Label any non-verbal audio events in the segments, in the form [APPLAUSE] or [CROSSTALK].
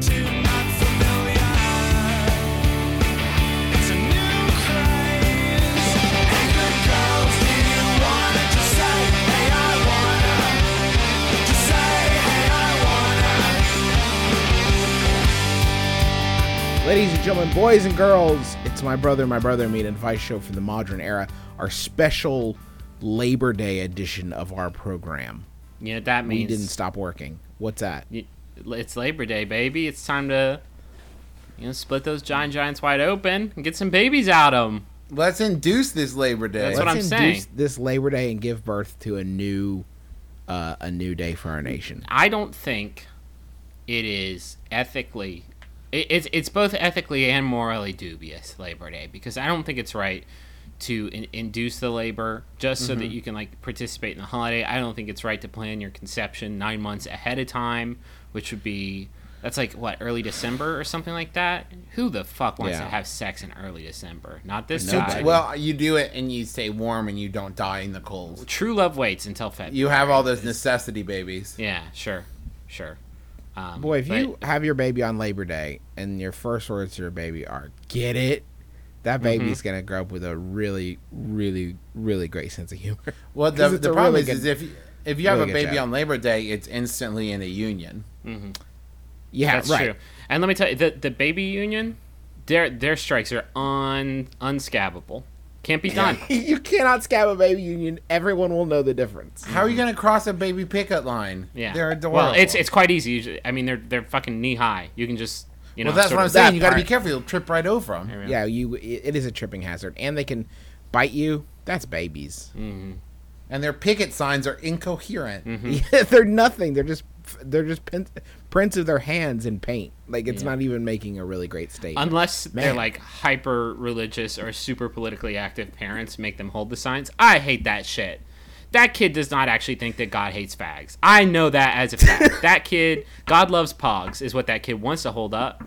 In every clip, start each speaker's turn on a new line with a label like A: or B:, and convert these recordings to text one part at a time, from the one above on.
A: too not familiar. It's a new craze. Hey, good girls, do you wanna just say, hey, I wanna? Just say, hey, I wanna.
B: Ladies and gentlemen, boys and girls, it's my brother, my brother, and me, an advice show from the modern era, our special Labor Day edition of our program.
C: You know what that means?
B: We didn't stop working. What's that?
C: You- It's Labor Day, baby. It's time to, you know, split those giant giants wide open and get some babies out of them.
D: Let's induce this Labor Day.
C: That's what I'm saying.
B: this Labor Day and give birth to a new, uh, a new day for our nation.
C: I don't think it is ethically. It, it's it's both ethically and morally dubious Labor Day because I don't think it's right to in, induce the labor just so
B: Mm-hmm.
C: that you can like participate in the holiday. I don't think it's right to plan your conception nine months ahead of time, which would be that's like what early December or something like that. Who the fuck wants
B: Yeah.
C: to have sex in early December? Not this
B: Nobody.
C: guy.
D: Well, you do it and you stay warm and you don't die in the cold.
C: true love waits until February.
D: You have all those necessity babies.
C: yeah, sure, sure. Um,
B: Boy, if
C: but-
B: you have your baby on Labor Day and your first words to your baby are "Get it,"
C: Mm-hmm.
B: that baby's gonna grow up with a really, really, really great sense of humor. [LAUGHS]
D: Well,
B: 'Cause
D: the,
B: it's
D: the
B: a
D: problem
B: really
D: is,
B: good-
D: is if if you have
B: really
D: a
B: good
D: baby
B: job.
D: on Labor Day, it's instantly in a union.
B: Yeah,
C: That's
B: right.
C: true. And let me tell you, the, the baby union, their their strikes are un unscabbable. Can't be done.
B: [LAUGHS] you cannot scab a baby union. Everyone will know the difference.
D: How are you going to cross a baby picket line?
C: Yeah,
D: they're adorable.
C: Well, it's it's quite easy. Usually- I mean, they're they're fucking knee high. You can just you know.
D: Well, that's
C: sort
D: what I'm
C: of-
D: saying.
B: that
D: You got to be
B: part.
D: careful. You'll trip right over them.
C: Yeah.
B: Yeah, you. It it is a tripping hazard, and they can bite you. That's babies.
D: Mm-hmm. And their picket signs are
B: Mm-hmm.
D: incoherent.
B: [LAUGHS] Yeah, they're nothing. They're just they're just pin, prints of their hands in paint. Like it's not even making a really great statement.
C: Unless they're
B: Man.
C: like hyper religious or super politically active parents make them hold the signs. I hate that shit. That kid does not actually think that God hates fags. I know that as a
B: [LAUGHS]
C: fact. that kid, God loves pogs, is what that kid wants to hold
B: [LAUGHS]
C: up.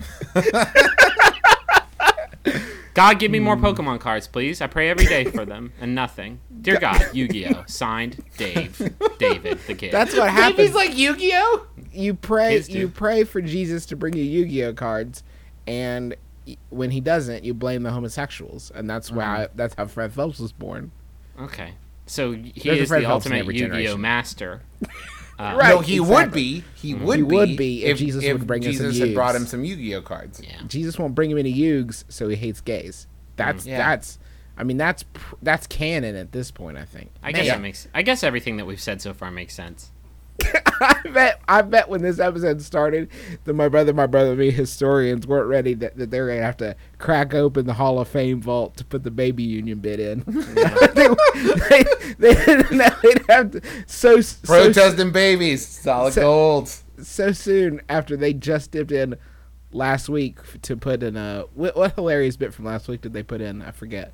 C: God, give me
B: Hmm.
C: more Pokemon cards, please. I pray every day for them and nothing. Dear God, Yu Gi Oh! Signed Dave, David, the kid.
B: That's
D: [LAUGHS]
B: what happens.
D: like Yu-Gi-Oh.
B: you pray
C: Kids do.
B: you pray for Jesus to bring you Yu-Gi-Oh cards, and y- when he doesn't, you blame the homosexuals, and that's
D: Mm-hmm.
B: why that's how Fred Phelps was born.
C: okay. So he
B: a
C: is
B: Fred
C: the
B: Phelps in
C: ultimate
B: every
C: Yu Gi Oh!
B: generation.
C: master.
B: Right,
D: no, he would
B: exactly. Mm-hmm.
D: be. He would
B: He
D: be.
B: would be if Jesus would bring us some
D: Jesus had
B: Yugs.
D: brought him some Yu-Gi-Oh cards.
C: Yeah.
B: Jesus won't bring him any Yugs, so he hates gays. That's
D: Yeah.
B: that's. I mean that's pr- that's canon at this point. I think.
C: I guess
D: Yeah.
C: that makes. I guess everything that we've said so far makes sense.
B: [LAUGHS] I bet I bet when this episode started that my brother, my brother, and me historians weren't ready that, that they're gonna have to crack open the Hall of Fame vault to put the baby union bit in. [LAUGHS] they, they, they didn't know they'd have to so so,
D: Protesting babies, solid
B: So-
D: gold.
B: so soon after they just dipped in last week to put in a what, what hilarious bit from last week did they put in? I forget.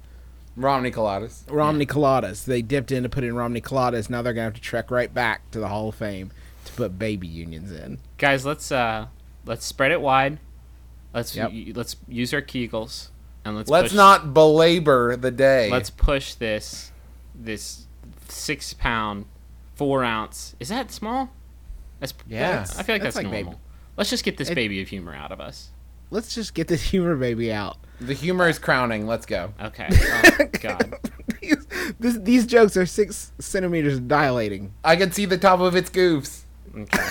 D: Romney Coladas.
B: Romney Coladas. They dipped in to put in Romney Coladas. Now they're gonna have to trek right back to the Hall of Fame to put baby unions in.
C: Guys, let's uh, let's spread it wide. Let's
B: Yep.
C: y- let's use our kegels and let's
D: Let's
C: push,
D: not belabor the day.
C: let's push this this six pound four ounce. Is that small? That's
D: Yeah.
C: that's- I feel like that's,
B: That's like
C: normal.
B: baby-
C: Let's just get this
B: It-
C: baby of humor out of us.
B: let's just get this [LAUGHS] humor baby out.
D: the humor is crowning. Let's go.
C: Okay. Oh, God.
B: these, this, these jokes are six centimeters dilating.
D: I can see the top of its goofs.
C: Okay.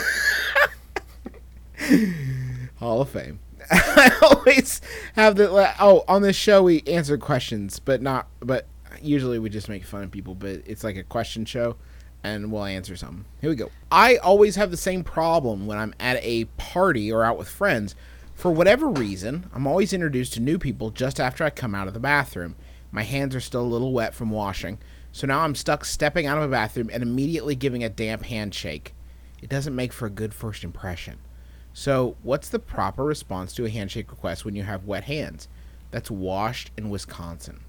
B: Hall of Fame. [LAUGHS] I always have the la- oh on this show we answer questions, but not but usually we just make fun of people. But it's like a question show, and we'll answer some. Here we go. I always have the same problem when I'm at a party or out with friends. For whatever reason, I'm always introduced to new people just after I come out of the bathroom. My hands are still a little wet from washing, so now I'm stuck stepping out of a bathroom and immediately giving a damp handshake. It doesn't make for a good first impression. So, what's the proper response to a handshake request when you have wet hands? That's washed in Wisconsin.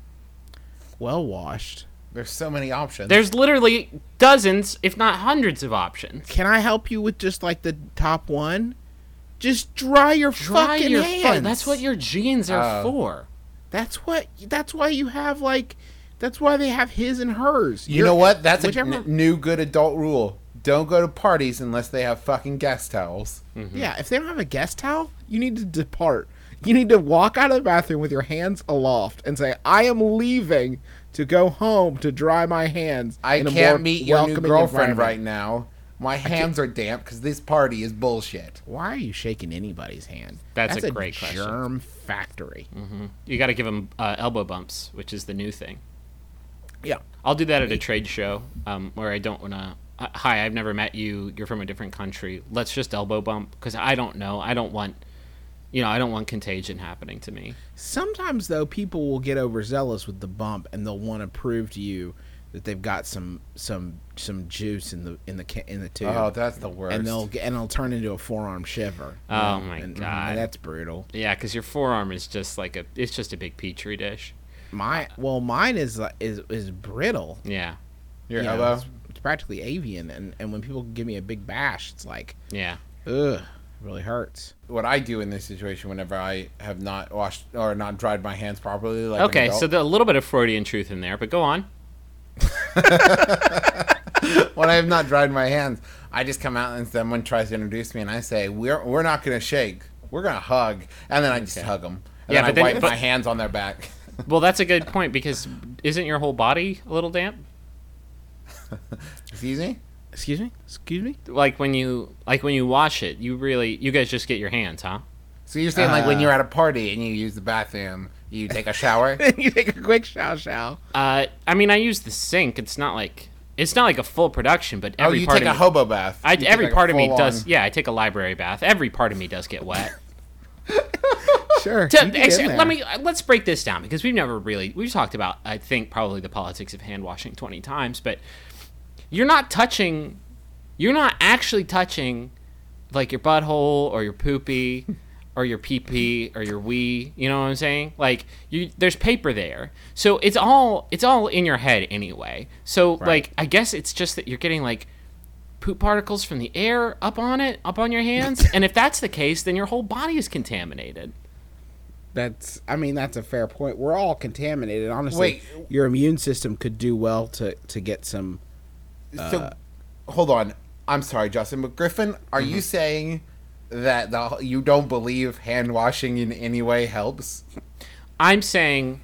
B: Well washed.
D: There's so many options.
C: There's literally dozens, if not hundreds, of options.
B: Can I help you with just like the top one? Just dry your
C: Dry
B: fucking
C: your fu-
B: hands.
C: That's what your jeans are
D: Oh.
C: for.
B: That's what. That's why you have like. That's why they have his and hers.
D: you
B: Your-
D: know what? That's a
B: whichever-
D: n- new good adult rule. Don't go to parties unless they have fucking guest towels.
C: Mm.
B: Yeah, if they don't have a guest towel, you need to depart. You need to walk out of the bathroom with your hands aloft and say, "I am leaving to go home to dry my hands."
D: I
B: in a more
D: can't meet your new
B: welcoming
D: girlfriend
B: environment."
D: right now. My hands are damp because this party is bullshit.
B: Why are you shaking anybody's hand?
C: That's a great question.
B: Germ factory.
D: Mm.
C: You got to give them uh, elbow bumps, which is the new thing.
B: Yeah.
C: I'll do that at a trade show um, where I don't want to. Hi, I've never met you. You're from a different country. Let's just elbow bump because I don't know. I don't want, you know, I don't want contagion happening to me.
B: Sometimes though, people will get overzealous with the bump, and they'll want to prove to you that they've got some some some juice in the in the ca- in the tube.
D: Oh, that's the worst.
B: and they'll get, and it'll turn into a forearm shiver.
C: Oh, my
B: And-
C: God.
B: and that's brutal.
C: Yeah, because your forearm is just like a. It's just a big petri dish.
B: My well, mine is like- is is brittle.
C: Yeah,
D: your
B: you know,
D: elbow.
B: it's, it's practically avian, and and when people give me a big bash, it's like,
C: yeah.
B: ugh, it really hurts.
D: What I do in this situation, whenever I have not washed or not dried my hands properly, like an
C: Okay,
D: adult,
C: so there's a little bit of Freudian truth in there, but go on.
D: when I have not dried my hands, I just come out and someone tries to introduce me, and I say, "We're we're not gonna shake. We're gonna hug," and then I just hug 'em. hug them. And
C: Yeah,
D: then I
C: but then-
D: wipe
C: but-
D: my hands on their back. [LAUGHS]
C: Well, that's a good point because isn't your whole body a little damp?
D: Excuse me.
B: Excuse me. Excuse me. [LAUGHS]
C: Like when you like when you wash it, you really you guys just get your hands, huh?
D: So you're saying
C: Uh,
D: like when you're at a party and you use the bathroom, you take
C: [LAUGHS]
D: a shower.
B: you take a quick show, show.
C: Uh, I mean, I use the sink. It's not like it's not like a full production, but
D: oh,
C: every
D: you
C: part
D: take
C: of me,
D: a hobo bath.
C: I,
D: You take,
C: every
D: like, a
C: part of me does.
D: full-on-
C: Yeah, I take a library bath. Every part of me does get wet.
B: Sure.
C: To-
B: you get in
C: actually,
B: there.
C: let me uh, let's break this down because we've never really we've talked about I think probably the politics of hand washing twenty times, but you're not touching, you're not actually touching, like your butthole or
B: [LAUGHS]
C: your poopy, or your pee pee or your wee. You know what I'm saying? Like you, there's paper there, so it's all it's all in your head anyway. So like I guess it's just that you're getting like poop particles from the air up on it, up on your
B: [LAUGHS]
C: hands, and if that's the case, then your whole body is contaminated.
B: That's. I mean, that's a fair point. We're all contaminated. Honestly,
D: Wait.
B: your immune system could do well to to get some.
D: So,
C: uh,
D: hold on. I'm sorry, Justin, but Griffin, are
C: Mm-hmm.
D: you saying that the, you don't believe hand washing in any way helps? [LAUGHS]
C: I'm saying,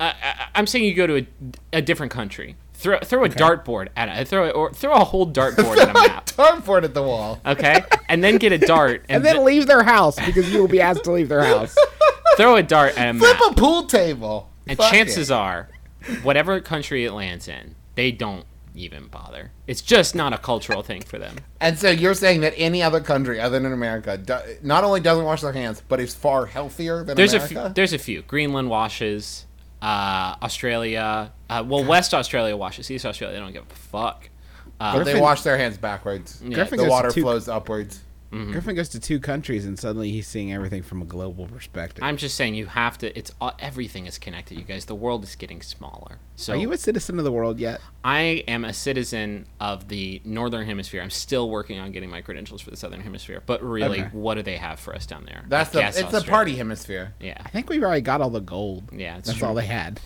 C: I, I, I'm saying you go to a, a different country. Throw throw a dartboard at it. Throw it, or throw a whole dartboard at a map.
D: Turn for it at the wall.
C: Okay, and then get a dart and,
B: And then
C: th-
B: leave their house because you will be asked to leave [LAUGHS] their house.
C: throw a dart at a map.
D: Flip a pool table.
C: And
D: Fuck
C: chances
D: it.
C: are, whatever country it lands in, they don't even bother. It's just not a cultural thing for them.
D: And so you're saying that any other country other than America do, not only doesn't wash their hands, but is far healthier than
C: There's a
D: America?
C: few, there's a few. Greenland washes, uh, Australia. Uh, well, West Australia washes. East Australia, they don't give a fuck.
D: But Uh, they
B: Griffin-
D: wash their hands backwards.
B: Griffin
D: the
B: goes
D: water
B: to two-
D: flows upwards.
C: Mm.
B: Griffin goes to two countries and suddenly he's seeing everything from a global perspective.
C: I'm just saying you have to. It's all- everything is connected, you guys. The world is getting smaller. So
B: Are you a citizen of the world yet?
C: I am a citizen of the northern hemisphere. I'm still working on getting my credentials for the southern hemisphere. But really,
B: Okay.
C: what do they have for us down there?
D: That's
C: I
D: the
C: guess
D: it's the
C: Australia.
D: party hemisphere.
C: Yeah,
B: I think we've already got all the gold.
C: yeah. It's
B: That's all they had.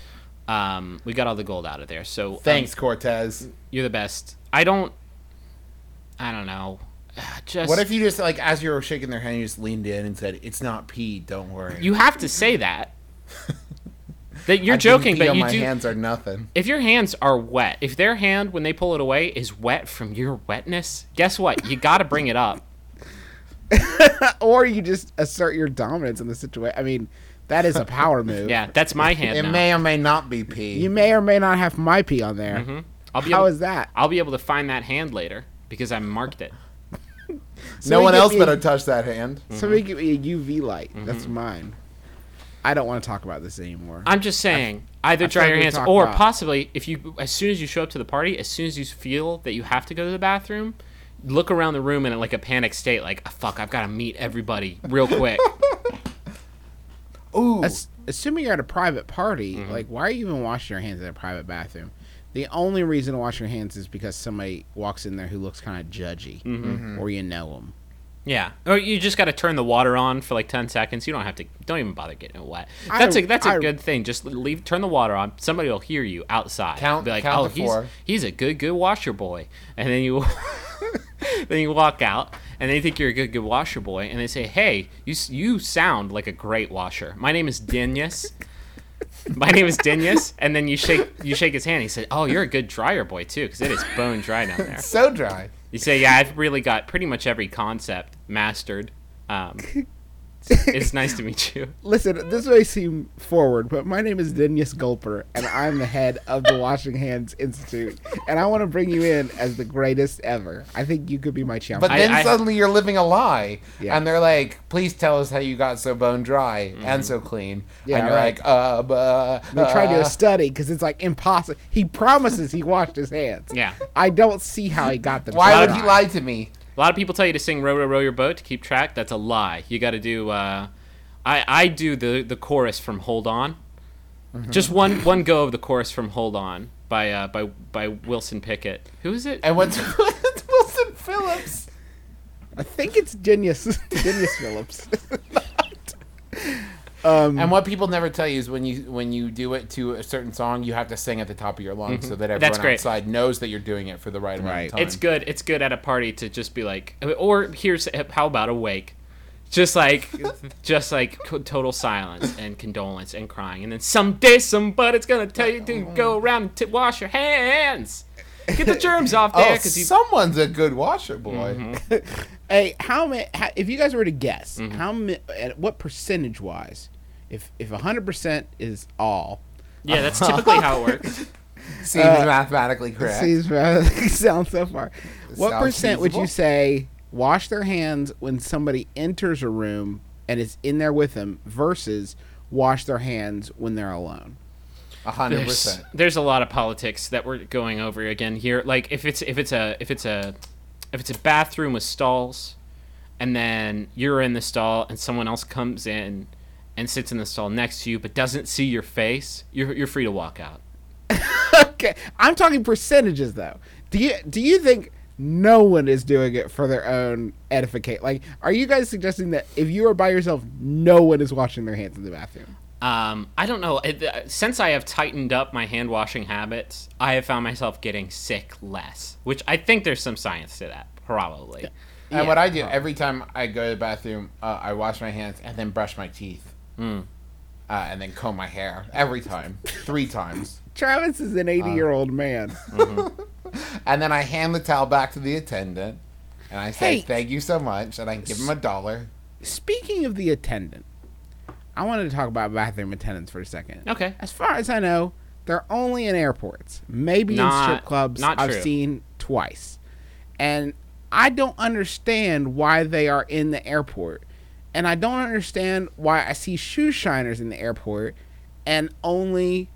C: Um, we got all the gold out of there. So um,
D: Thanks, Cortez.
C: you're the best. I don't. I don't know. [SIGHS] Just
D: What if you just like as you were shaking their hand, you just leaned in and said, "It's not pee. Don't worry."
C: you have to say
D: [LAUGHS]
C: that. that you're
D: I didn't
C: joking,
D: pee
C: but
D: on
C: you
D: my
C: do.
D: hands are nothing.
C: if your hands are wet, if their hand when they pull it away is wet from your wetness, guess what? You got to bring it up.
B: Or you just assert your dominance in the situation. I mean, that is a power move.
C: [LAUGHS] Yeah, that's my hand
D: It
C: now.
D: may or may not be pee.
B: You may or may not have my pee on there.
C: Mm-hmm. I'll be
B: How
C: able,
B: is that?
C: I'll be able to find that hand later because I marked it.
D: no one
B: give
D: else
B: me-
D: better touch that hand.
B: Somebody give me a UV light. That's
C: Mm-hmm.
B: mine. I don't want to talk about this anymore.
C: I'm just saying, either
B: feel
C: dry
B: like
C: your
B: we
C: hands
B: talked
C: or
B: about-
C: possibly if you as soon as you show up to the party, as soon as you feel that you have to go to the bathroom, look around the room in like a panic state, like "Ah, fuck, I've got to meet everybody real quick.
D: Ooh,
B: Ass- assuming you're at a private party, like why are you even washing your hands in a private bathroom? The only reason to wash your hands is because somebody walks in there who looks kind of judgy, or you know them.
C: yeah, or you just got to turn the water on for like ten seconds. You don't have to. Don't even bother getting it wet.
B: I-
C: That's a that's a
B: I-
C: good thing. Just leave. Turn the water on. Somebody will hear you outside.
D: Count-
C: Be like,
D: count
C: oh,
D: to
C: he's
D: four."
C: he's a good good washer boy. And then you [LAUGHS] then you walk out, and they think you're a good good washer boy, and they say, hey, you s- you sound like a great washer. My name is Dinyas. [LAUGHS] My name is Dinyas, and then you shake you shake his hand. He said, "Oh, you're a good dryer boy too, because it is bone dry down there."
D: so dry.
C: You say, yeah, I've really got pretty much every concept mastered. Um, it's, it's nice to meet you.
B: Listen, this may seem forward, but my name is Dinyas Gulper, and I'm the head of the Washing Hands Institute, and I want to bring you in as the greatest ever. I think you could be my champion.
D: But
C: I-
D: then
C: I-
D: suddenly you're living a lie,
B: Yeah.
D: and they're like, "Please tell us how you got so bone dry and so clean."
B: Yeah,
D: and you're
B: right.
D: like, "Uh, but
B: We tried to do a study because it's like impossible. He promises he washed his hands.
C: Yeah.
B: I don't see how he got them.
D: Why
B: so
D: would you
B: dry.
D: lie to me?"
C: A lot of people tell you to sing "Row, row, row your boat" to keep track. That's a lie. You got to do. Uh, I I do the the chorus from "Hold On." Just one one go of the chorus from "Hold On" by uh, by by Wilson Pickett. Who is it?
D: And what's [LAUGHS] what's Wilson Phillips?
B: I think it's [LAUGHS] Genius Genius Phillips.
D: And what people never tell you is when you when you do it to a certain song, you have to sing at the top of your lungs so that
C: Mm-hmm. That's
D: everyone
C: great.
D: outside knows that you're doing it for the right amount
B: Right.
D: of time.
C: It's good. It's good at a party to just be like, or here's how about awake, just
D: [LAUGHS]
C: like, just like co- total silence and condolence and crying, and then someday somebody's gonna tell you to go
D: Mm.
C: around and t- wash your hands, get the germs off
D: Oh,
C: there, because you. Mm-hmm.
D: someone's a good washer boy. [LAUGHS]
B: hey, how many? How, if you guys were to guess,
D: Mm-hmm.
B: how many? At what percentage wise? If if hundred percent is all,
C: Yeah, that's typically how it works.
D: Seems mathematically correct.
B: seems rather [LAUGHS] sounds so far. What
D: Sounds
B: percent would you
D: feasible.
B: say wash their hands when somebody enters a room and is in there with them versus wash their hands when they're
D: [LAUGHS]
B: alone?
D: A hundred
C: There's, [LAUGHS]
D: percent.
C: there's a lot of politics that we're going over again here. Like if it's if it's a if it's a if it's a bathroom with stalls, and then you're in the stall and someone else comes in and sits in the stall next to you but doesn't see your face, you're you're free to walk out.
B: Okay, I'm talking percentages though. Do you do you think no one is doing it for their own edificate? Like, are you guys suggesting that if you are by yourself, no one is washing their hands in the bathroom?
C: Um, I don't know. It- uh, Since I have tightened up my hand washing habits, I have found myself getting sick less, which I think there's some science to that, probably.
D: And what I do every time I go to the bathroom, uh, I wash my hands and then brush my teeth,
C: Mm.
D: uh, and then comb my hair every time, three times,
B: Travis is
C: Uh.
B: an 80 year old man.
D: and then I hand the towel back to the attendant, and I say
B: Hey.
D: thank you so much, and I give him a dollar.
B: Speaking of the attendant, I wanted to talk about bathroom attendants for a second.
C: Okay.
B: As far as I know, they're only in airports, maybe in
C: Not-
B: strip clubs.
C: not
B: I've
C: true.
B: seen twice, and I don't understand why they are in the airport, and I don't understand why I see shoe shiners in the airport, and only,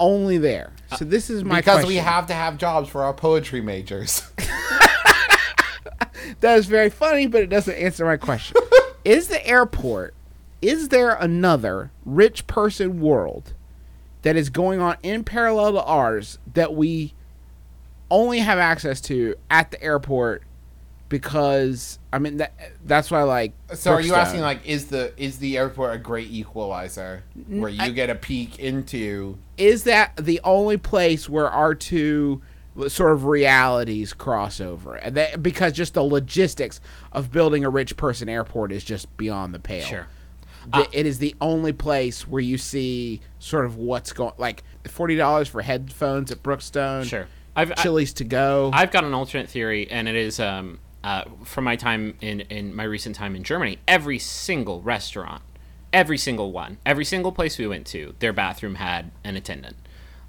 B: only there.
C: Uh,
B: So this is my
D: Because we
B: question.
D: have to have jobs for our
B: [LAUGHS]
D: poetry majors. [LAUGHS]
B: That is very funny, but it doesn't answer my
D: [LAUGHS]
B: question. is the airport, is there another rich person world that is going on in parallel to ours that we only have access to at the airport because I mean that that's why like
D: So are you
B: Brookstone-
D: asking like is the is the airport a great equalizer where you get a peek into
B: is that the only place where our two sort of realities cross over and that because just the logistics of building a rich person airport is just beyond the pale
C: Sure. Uh,
B: Th- it is the only place where you see sort of what's going like forty dollars for headphones at Brookstone.
C: Sure. I've- I-
B: Chili's to go.
C: I've got an alternate theory, and it is um, uh, from my time in, in my recent time in Germany. Every single restaurant, every single one, every single place we went to, their bathroom had an attendant,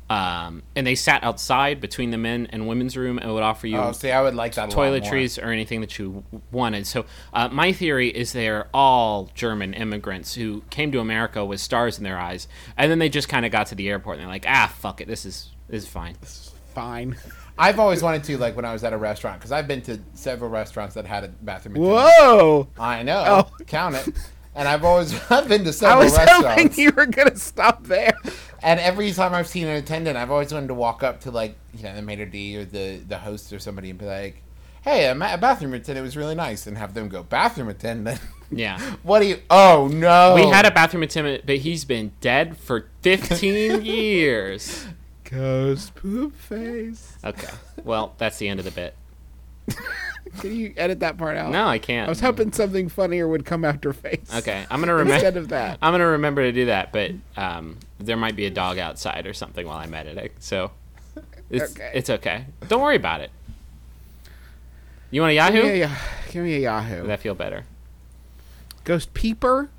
C: um, and they sat outside between the men and women's room and would offer you
D: Oh, see, I would like that a lot more.
C: toiletries or anything that you w- wanted. So uh, my theory is they're all German immigrants who came to America with stars in their eyes, and then they just kind of got to the airport and they're like, ah, fuck it, this is this is fine.
B: Fine.
D: I've always wanted to, like, when I was at a restaurant, because I've been to several restaurants that had a bathroom. attendant.
B: Whoa!
D: I know.
B: Oh.
D: Count it. And I've always [LAUGHS] I've been to
B: I
D: several
B: was hoping
D: restaurants,
B: you were gonna stop there.
D: and every time I've seen an attendant, I've always wanted to walk up to like you know the maitre d or the the host or somebody and be like, "Hey, a, ma- a bathroom attendant was really nice," and have them go, "Bathroom attendant." [LAUGHS]
C: Yeah.
D: What do you? Oh no!
C: We had a bathroom attendant, but he's been dead for
B: [LAUGHS]
C: 15 years.
B: Ghost poop face.
C: Okay. Well, that's the end of the bit.
B: Can you edit that part out?
C: No, I can't.
B: I was hoping something funnier would come after face.
C: Okay, I'm gonna
B: [LAUGHS] Instead
C: remember.
B: of that.
C: I'm gonna remember to do that, but um, there might be a dog outside or something while I'm editing, so it's
B: Okay.
C: it's okay. Don't worry about it. You want a [LAUGHS] Yahoo?
B: Give me a, Yah- give me a Yahoo.
C: Does that feel better?
B: Ghost peeper.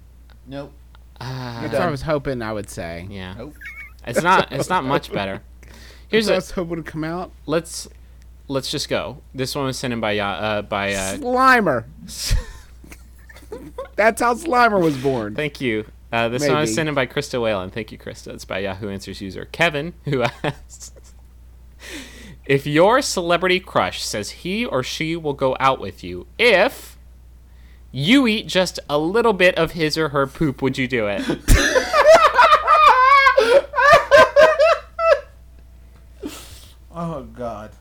D: nope.
C: Uh,
B: That's what I was hoping Ah, I would say.
C: yeah,
D: Nope.
C: it's not it's not much better. Here's
B: I
C: a
B: was hoping would come out.
C: let's let's just go. This one was sent in by Ya- uh, by uh, [LAUGHS]
B: Slimer. That's how Slimer was born.
C: Thank you. Uh, this one was
B: Maybe.
C: sent in by Krista Whalen. Thank you, Krista. It's by Yahoo Answers user Kevin, who [LAUGHS] asks If your celebrity crush says he or she will go out with you if you eat just a little bit of his or her poop, would you do it?
D: Oh god.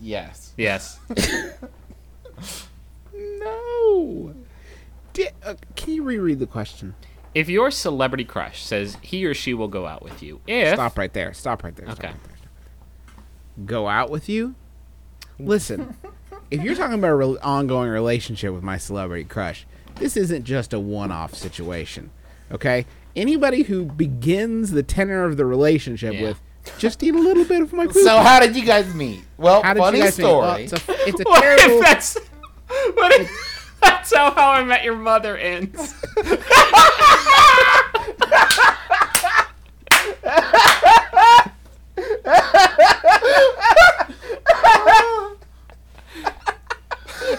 D: Yes.
C: yes.
B: No. Di- uh, can you reread the question?
C: If your celebrity crush says he or she will go out with you if.
B: Stop right there. Stop right there. stop
C: Okay.
B: right there, stop right there. Go out with you? Listen, if you're talking about an ongoing relationship with my celebrity crush, this isn't just a one off situation. Okay? Anybody who begins the tenor of the relationship
C: Yeah.
B: with, just eat a little bit of my poop.
D: So how did you guys meet? Well,
B: How did
D: funny
B: you guys meet? Well,
D: story.
B: it's a,
D: [LAUGHS]
B: it's a
C: What
B: terrible.
C: if
B: [LAUGHS]
C: that's. What if [LAUGHS] that's how How I Met Your
B: [LAUGHS]
C: Mother ends?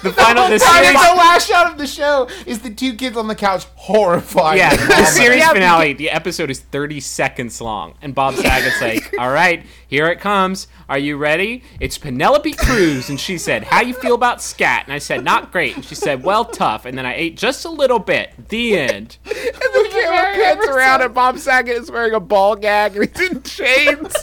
C: the final. The
D: That is
B: [LAUGHS]
C: series.
D: the last shot of the show is the two kids on the couch horrified. [LAUGHS]
C: Yeah, Oh
D: at Mama.
C: the series finale. The episode is 30 seconds long, and [LAUGHS] Bob Saget's like, "All right, here it comes. Are you ready? It's Penelope Cruz." And she said, "How you feel about scat?" And I said, "Not great." And she said, "Well, tough." And then I ate just a little bit. The end.
B: the camera pans around and Bob Saget is wearing a ball gag
D: [LAUGHS]
B: and he's in chains.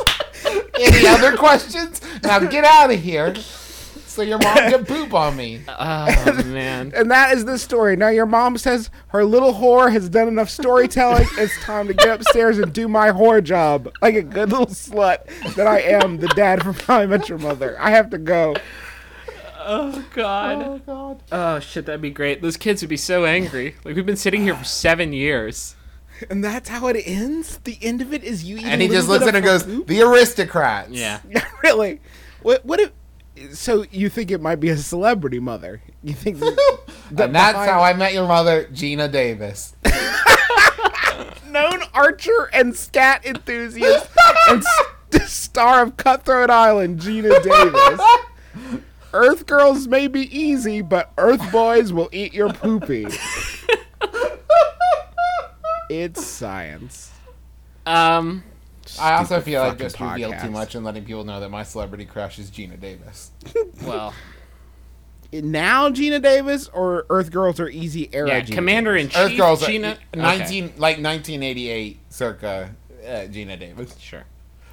D: Any other questions? Now get out of here. So your
B: [LAUGHS]
D: mom can poop on me.
C: Oh man.
B: and that is the story. Now your mom says her little whore has done enough [LAUGHS] storytelling. it's time to get upstairs and do my whore job, like a good little slut that I am. The dad from How I Met Your Mother. I have to go.
C: [LAUGHS] Oh god.
D: Oh god.
C: Oh shit, that'd be great. Those kids would be so angry. Like we've been sitting here for seven years.
B: And that's how it ends. The end of it is you eating.
D: And he
B: a little
D: just looks at
B: bit
D: her and goes,
B: of her
D: "The aristocrats."
C: Yeah.
B: poop. [LAUGHS] really? What? What if? So you think it might be a celebrity mother? You think?
D: And that's how I met your mother, Gina Davis.
B: known archer and scat enthusiast and [LAUGHS] st- star of Cutthroat Island, Gina Davis. Earth girls may be easy, but Earth boys will eat your poopy. it's science.
C: Um.
D: I also
B: Stupid
D: feel like
B: fucking
D: just revealed too
B: podcast.
D: much and letting people know that my celebrity crush is Gina Davis.
C: Well.
B: Now Gina Davis or Earth girls are easy era.
C: Yeah.
B: Gina
C: Commander in
B: Davis?
D: Earth
C: Chief.
D: Girls, e-
C: Gina.
D: Gina,
C: e- Okay.
D: nineteen like nineteen eighty eight circa uh, Gina Davis,
C: Sure.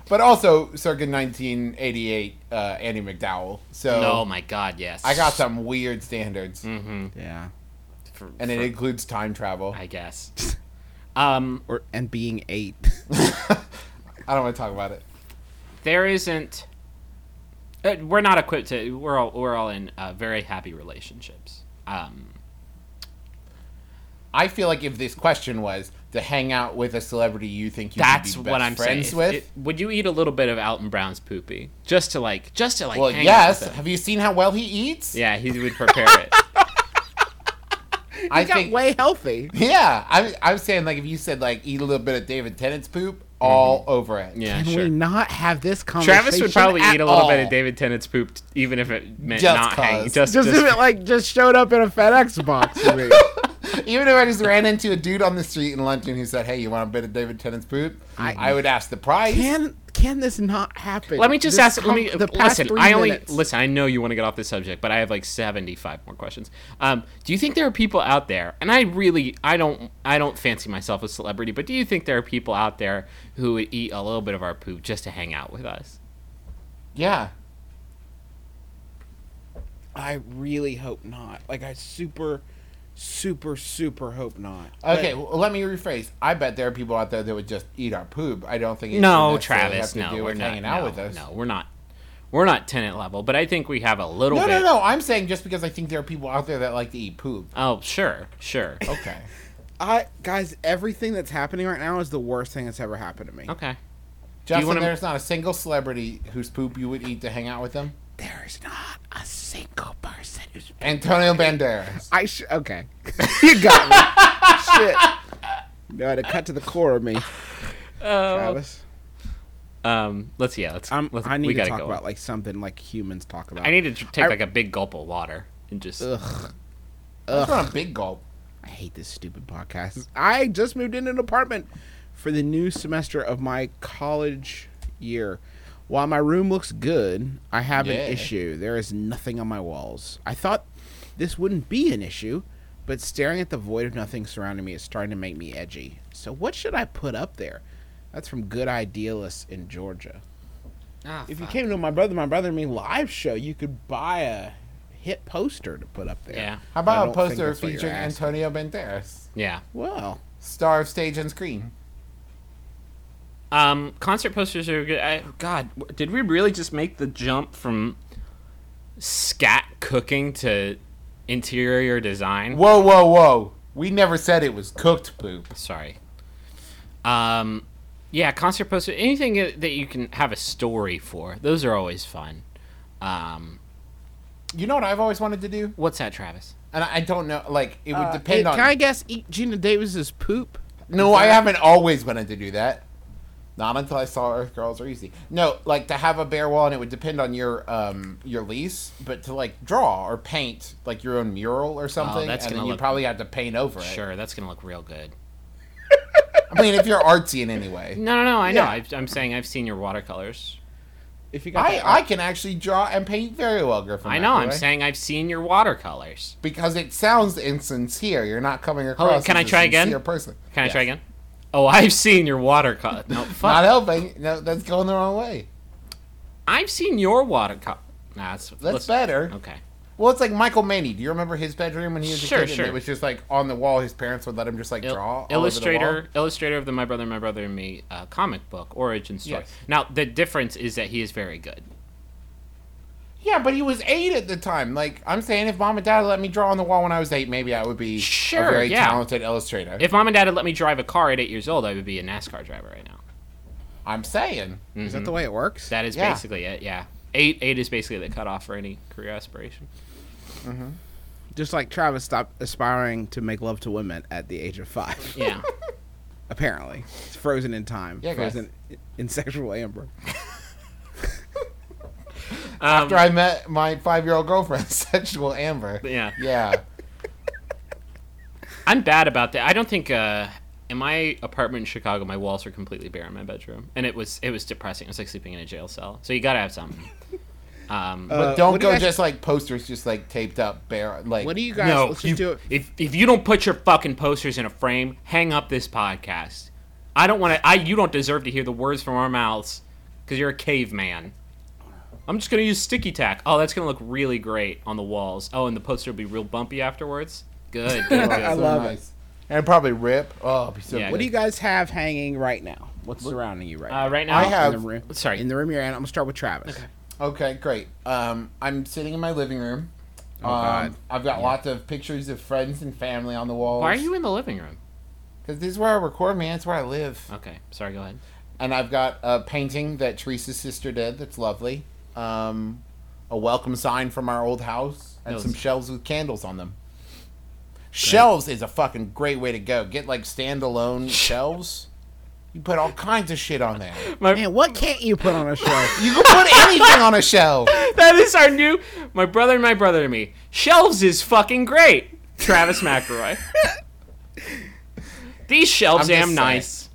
D: but also circa nineteen eighty eight uh, Annie McDowell. So
C: Oh my god. Yes.
D: I got some weird standards,
B: Yeah.
C: For-
D: and it includes time travel.
C: Mm-hmm. I guess. [LAUGHS] Um,
B: Or and being eight.
D: I don't want to talk about it.
C: there isn't. Uh, we're not equipped to. We're all we're all in uh, very happy relationships. Um,
D: I feel like if this question was to hang out with a celebrity you think you
C: that's
D: could be
C: what
D: best
C: I'm saying.
D: friends
C: If-
D: with,
C: if- would you eat a little bit of Alton Brown's poopy just to like just to like?
D: well,
C: hang out
D: yes.
C: with him?
D: Have you seen how well he eats?
C: Yeah, he would prepare
D: [LAUGHS]
C: it.
D: I
B: I got
D: think.
B: way healthy.
D: Yeah, I'm, I'm saying like if you said like eat a little bit of David Tennant's poop, all over it.
C: Mm-hmm. Yeah,
B: Can
C: sure.
B: we not have this conversation?
C: Travis would probably
B: at
C: eat a little bit of
B: all?
C: David Tennant's poop, t- even if it meant
D: Just
C: not hanging.
B: [LAUGHS]
D: cause.
C: Just,
B: Just
C: just-
B: if it like just showed up in a FedEx box. to me.
D: Even if I just ran into a dude on the street in London who said, "Hey, you want a bit of David Tennant's poop?" I, would ask the price.
B: Can can this not happen?
C: Let me just
B: This
C: ask. Let
B: com-
C: me
B: the past
C: listen.
B: three
C: I only
B: minutes.
C: listen. I know you want to get off the subject, but I have like seventy-five more questions. Um, do you think there are people out there? And I really, I don't, I don't fancy myself a celebrity, but do you think there are people out there who would eat a little bit of our poop just to hang out with us?
D: Yeah.
E: I really hope not. Like I super, super, super hope not.
D: Okay, well, let me rephrase. I bet there are people out there that would just eat our poop. I don't think it
C: No,
D: would necessarily
C: Travis.
D: have to
C: No,
D: do
C: we're
D: with
C: not.
D: hanging out
C: No,
D: with us.
C: no, we're not. We're not tenant level, but I think we have a little
D: no,
C: bit.
D: no, no. I'm saying just because I think there are people out there that like to eat poop.
C: Oh, sure, sure.
D: Okay.
B: I guys, everything that's happening right now is the worst thing that's ever happened to me.
C: Okay.
D: Justin,
C: wanna-
D: there's not a single celebrity whose poop you would eat to hang out with them.
B: There's not a single person who's.
D: Antonio Banderas.
B: I sh- okay. [LAUGHS] you got me. Shit. No, to cut to the core
C: [LAUGHS]
B: of me,
C: Oh.
B: Travis.
C: Um. Let's yeah. Let's.
B: I'm,
C: let's
B: I need
C: we
B: to
C: gotta
B: talk
C: go.
B: about like something like humans talk about.
C: I need to tr- take
B: I-
C: like a big gulp of water and just.
B: Ugh,
D: That's not a big gulp.
B: I hate this stupid podcast. Mm. I just moved into an apartment for the new semester of my college year. While my room looks good, I have
D: Yeah.
B: an issue. There is nothing on my walls. I thought this wouldn't be an issue, but staring at the void of nothing surrounding me is starting to make me edgy. So what should I put up there? That's from Good Idealists in Georgia.
C: Ah,
B: If you
C: fuck.
B: came to my brother, my brother and me live show, you could buy a hit poster to put up there.
C: Yeah.
D: How
B: I
D: about a
B: don't think
D: poster
B: that's what you're
D: featuring
B: asking.
D: Antonio Banderas,
C: Yeah.
B: Well,
D: star of stage and screen?
C: Um, concert posters are good. I, God, w- did we really just make the jump from scat cooking to interior design?
D: Whoa, whoa, whoa! We never said it was cooked poop.
C: Sorry. Um, yeah, concert posters. Anything that you can have a story for. Those are always fun. Um,
D: You know what I've always wanted to do,
C: what's that, Travis?
D: and I I don't know. Like it would
B: Hey,
D: depend on.
B: can I guess eat Gina Davis's poop?
D: No, I haven't always wanted to do that. Not until I saw Earth Girls Are Easy. No, like to have a bare wall, and it would depend on your um your lease, but to like draw or paint like your own mural or something,
C: Oh, that's
D: and
C: gonna
D: then you
C: look-
D: probably have to paint over it.
C: Sure, that's gonna look real good.
D: I mean, if you're artsy in
C: [LAUGHS]
D: any way,
C: No, no, no. I know.
D: Yeah.
C: I've, I'm saying I've seen your watercolors.
B: If you
D: I
B: that
D: I can actually draw and paint very well, Griffin.
C: I know. I'm
D: McElroy,
C: saying I've seen your watercolors.
D: because it sounds insincere. You're not coming
C: on,
D: across.
C: Oh, can
D: as
C: I
D: a
C: try again?
D: sincere Person.
C: Can I
D: Yes.
C: try again? Oh, [LAUGHS] I've seen your watercolor. No, fuck.
D: Not helping. No, that's going the wrong way.
C: I've seen your watercolor. Nah, that's,
D: That's
C: let's-
D: better.
C: Okay.
D: Well, it's like Michael Maney. Do you remember his bedroom when he was a
C: Sure,
D: kid?
C: sure.
D: And it was just like on the wall. His parents would let him just like
C: Il-
D: draw. all over the wall.
C: illustrator, illustrator of the My Brother, My Brother and Me uh, comic book origin story.
D: Yes.
C: Now the difference is that he is very good.
D: Yeah, but he was eight at the time. Like I'm saying, if mom and dad let me draw on the wall when I was eight, maybe I would be
C: Sure,
D: a very
C: yeah.
D: talented illustrator.
C: If mom and dad had let me drive a car at eight years old, I would be a NASCAR driver right now.
D: I'm saying,
B: Is that the way it works?
C: That is
D: Yeah.
C: basically it. Yeah, eight eight is basically the cutoff for any career aspiration.
B: Just like Travis stopped aspiring to make love to women at the age of five. [LAUGHS]
C: Yeah.
B: Apparently, it's frozen in time.
D: Yeah, guys.
B: frozen in sexual amber.
C: Mm-hmm.
D: after I met my five-year-old girlfriend, [LAUGHS] sexual Amber.
C: yeah.
B: Uh,
D: Yeah,
C: [LAUGHS] I'm bad about that. I don't think uh, in my apartment in Chicago, my walls were completely bare in my bedroom, and it was it was depressing. It was like sleeping in a jail cell. So you gotta have something. Um,
D: but
B: Uh,
D: don't
B: what do you
D: go
B: guys-
D: just like posters, just like taped up, bare. Like
B: What do you guys? let's just do it.
C: if if you don't put your fucking posters in a frame, hang up this podcast. I don't want to. I you don't deserve to hear the words from our mouths because you're a caveman. I'm just gonna use sticky tack. Oh, that's gonna look really great on the walls. Oh, and the poster will be real bumpy afterwards.
B: [LAUGHS]
C: Good. good, good.
B: I love it.
D: it. And probably rip. Oh, it'd be so
C: Yeah,
D: good.
B: What do you guys have hanging right now? What's surrounding you right
C: Uh,
B: now?
C: right now,
D: I have-
B: in the room.
C: sorry.
B: in the room you're in. I'm gonna start with Travis.
D: Okay, great. Um, I'm sitting in my living room. Oh,
B: God.
D: I've got lots of pictures of friends and family on the walls.
C: Why are you in the living room?
D: Because this is where I record, man. It's where I live.
C: Okay, sorry. Go ahead.
D: And I've got a painting that Teresa's sister did that's lovely. Um, a welcome sign from our old house and
C: Those-
D: some shelves with candles on them. Shelves is a fucking great way to go. Get like standalone shelves. You put all kinds of shit on there.
B: Man, what can't you put on a show?
D: [LAUGHS] You can put anything on a shelf.
C: [LAUGHS] That is our new
B: [LAUGHS]
C: my brother and my brother and me. Shelves is fucking great. Travis McElroy. These shelves
D: I'm just
C: am
D: saying.
C: nice.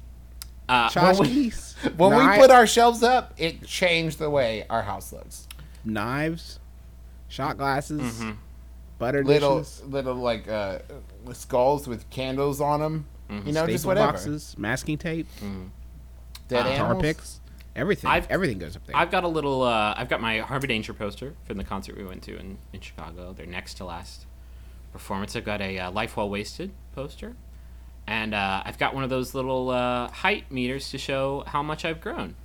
C: Uh,
B: Josh
D: when we-
B: Keys.
D: [LAUGHS] When
B: Kni-
D: we put our shelves up, it changed the way our house looks.
B: knives, shot glasses, butter
D: Mm-hmm. Little,
B: dishes,
D: little like uh, skulls with candles on them. You know, just
B: staple
D: whatever.
B: Mm-hmm. boxes, masking tape,
D: Dead
B: tar
D: animals.
B: picks, everything.
C: I've-
B: everything goes up there.
C: I've got a little. Uh, I've got my Harvey Danger poster from the concert we went to in, in Chicago. Their next to last performance. I've got a uh, Life Well Wasted poster, and uh, I've got one of those little uh, height meters to show how much I've grown.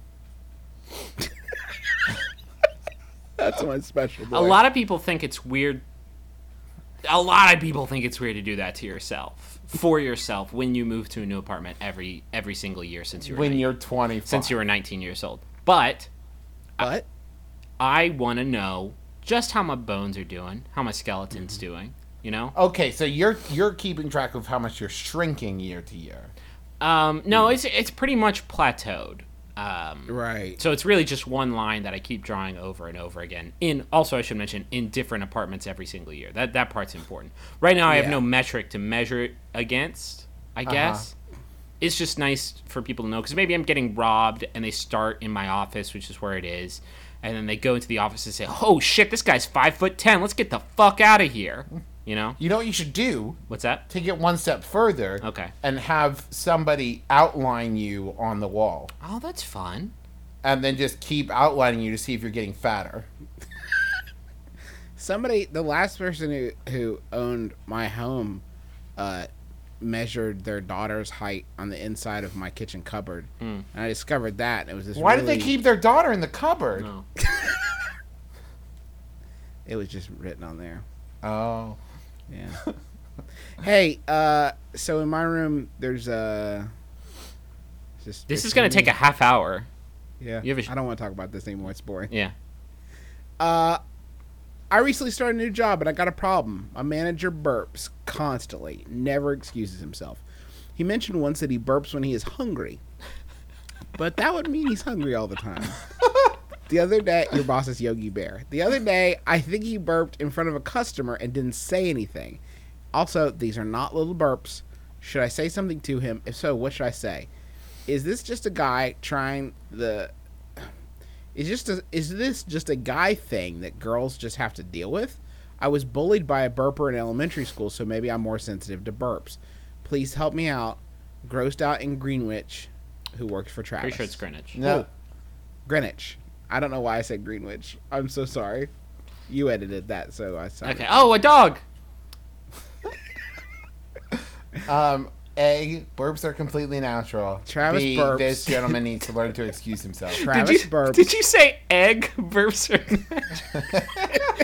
B: That's my special.
C: A lot of people think it's weird. A lot of people think it's weird to do that to yourself, for yourself, when you move to a new apartment every every single year since you were
D: When
C: nine-
D: you're 25.
C: since you were 19 years old. But
B: But
C: I want to know just how my bones are doing, how my skeleton's doing. You know?
D: Okay, so you're you're keeping track of how much you're shrinking year to year.
C: Um, no, it's it's pretty much plateaued. Um,
B: right.
C: so it's really just one line that I keep drawing over and over again. In also, I should mention in different apartments every single year. That that part's important. Right now, I have
D: Yeah.
C: no metric to measure it against. I guess it's just nice for people to know because maybe I'm getting robbed, and they start in my office, which is where it is, and then they go into the office and say, "Oh shit, this guy's five foot ten. Let's get the fuck out of here." You know
D: You know what you should do?
C: what's that?
D: Take it one step further.
C: Okay.
D: And have somebody outline you on the wall.
C: Oh, that's fun.
D: And then just keep outlining you to see if you're getting fatter.
B: Somebody, the last person who who owned my home, uh, measured their daughter's height on the inside of my kitchen cupboard,
C: Hmm.
B: and I discovered that and it was this.
D: Why did
B: really-
D: they keep their daughter in the cupboard?
C: No.
B: It was just written on there.
D: Oh.
C: [LAUGHS]
B: Yeah. hey, uh, so in my room, there's uh, a. Just,
C: This is gonna take a half hour.
B: Yeah.
C: you have a sh-
B: I don't want to talk about this anymore. It's boring.
C: Yeah.
B: I recently started a new job, and I got a problem. My manager burps constantly, never excuses himself. He mentioned once that he burps when he is hungry, but that would mean he's hungry all the time. The other day, your boss is Yogi Bear. The other day, I think he burped in front of a customer and didn't say anything. Also, these are not little burps. Should I say something to him? If so, what should I say? Is this just a guy trying the is just a, is this just a guy thing that girls just have to deal with? I was bullied by a burper in elementary school, so maybe I'm more sensitive to burps. Please help me out. Grossed out in Greenwich, who works for Travis.
C: Pretty sure it's Greenwich.
D: No.
B: Greenwich. I don't know why I said Greenwich. I'm so sorry. You edited that, so I sorry.
C: Okay. Oh, a dog.
D: Um, A, burps are completely natural.
B: Travis
D: B,
B: burps.
D: this gentleman needs to learn to excuse himself.
B: [LAUGHS] Travis burps.
C: Did you say egg [LAUGHS] burps? Or...
D: [LAUGHS]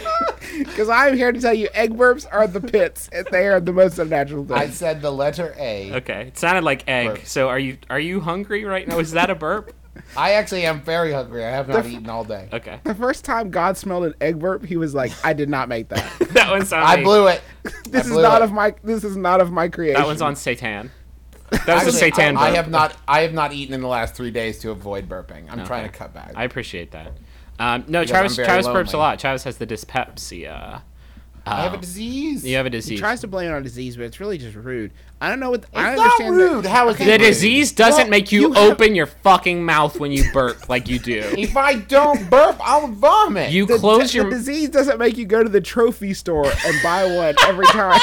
B: Because I'm here to tell you, egg burps are the pits, and they are the most unnatural
D: I
B: things.
D: said the letter A. I
C: okay. It sounded like egg.
D: Burp.
C: So are you are you hungry right now? Is that a burp?
D: actually am very hungry. I have not eaten all day.
C: Okay. [LAUGHS]
B: The first time God smelled an egg burp, he was like, "I did not make [LAUGHS] that.
C: That one's on.
D: I
C: [LAUGHS]
D: blew it. I
B: This is
D: blew
B: not
D: it.
B: of my. This is not of my creation."
C: That one's on Satan. That was a
D: Actually,
C: Satan burp.
D: I, I have not. I have not eaten in the last three days to avoid burping. I'm trying to cut back.
C: I appreciate that. Um, no,
D: Because
C: Travis.
D: I'm very
C: Travis burps
D: lonely.
C: a lot. Travis has the dyspepsia.
D: I have a disease.
C: You have a
B: He
C: disease.
B: tries to blame it on disease, but it's really just rude. I don't know what. I
D: It's not
B: understand that-
D: rude. How is it
C: the
D: rude?
C: disease doesn't
B: Well,
C: make you,
B: you have-
C: open your fucking mouth when you burp like you
D: [LAUGHS]
C: do.
D: If I don't burp, I'll vomit.
C: You
B: the,
C: close
B: the
C: your.
B: disease doesn't make you go to the trophy store and buy one [LAUGHS] every time.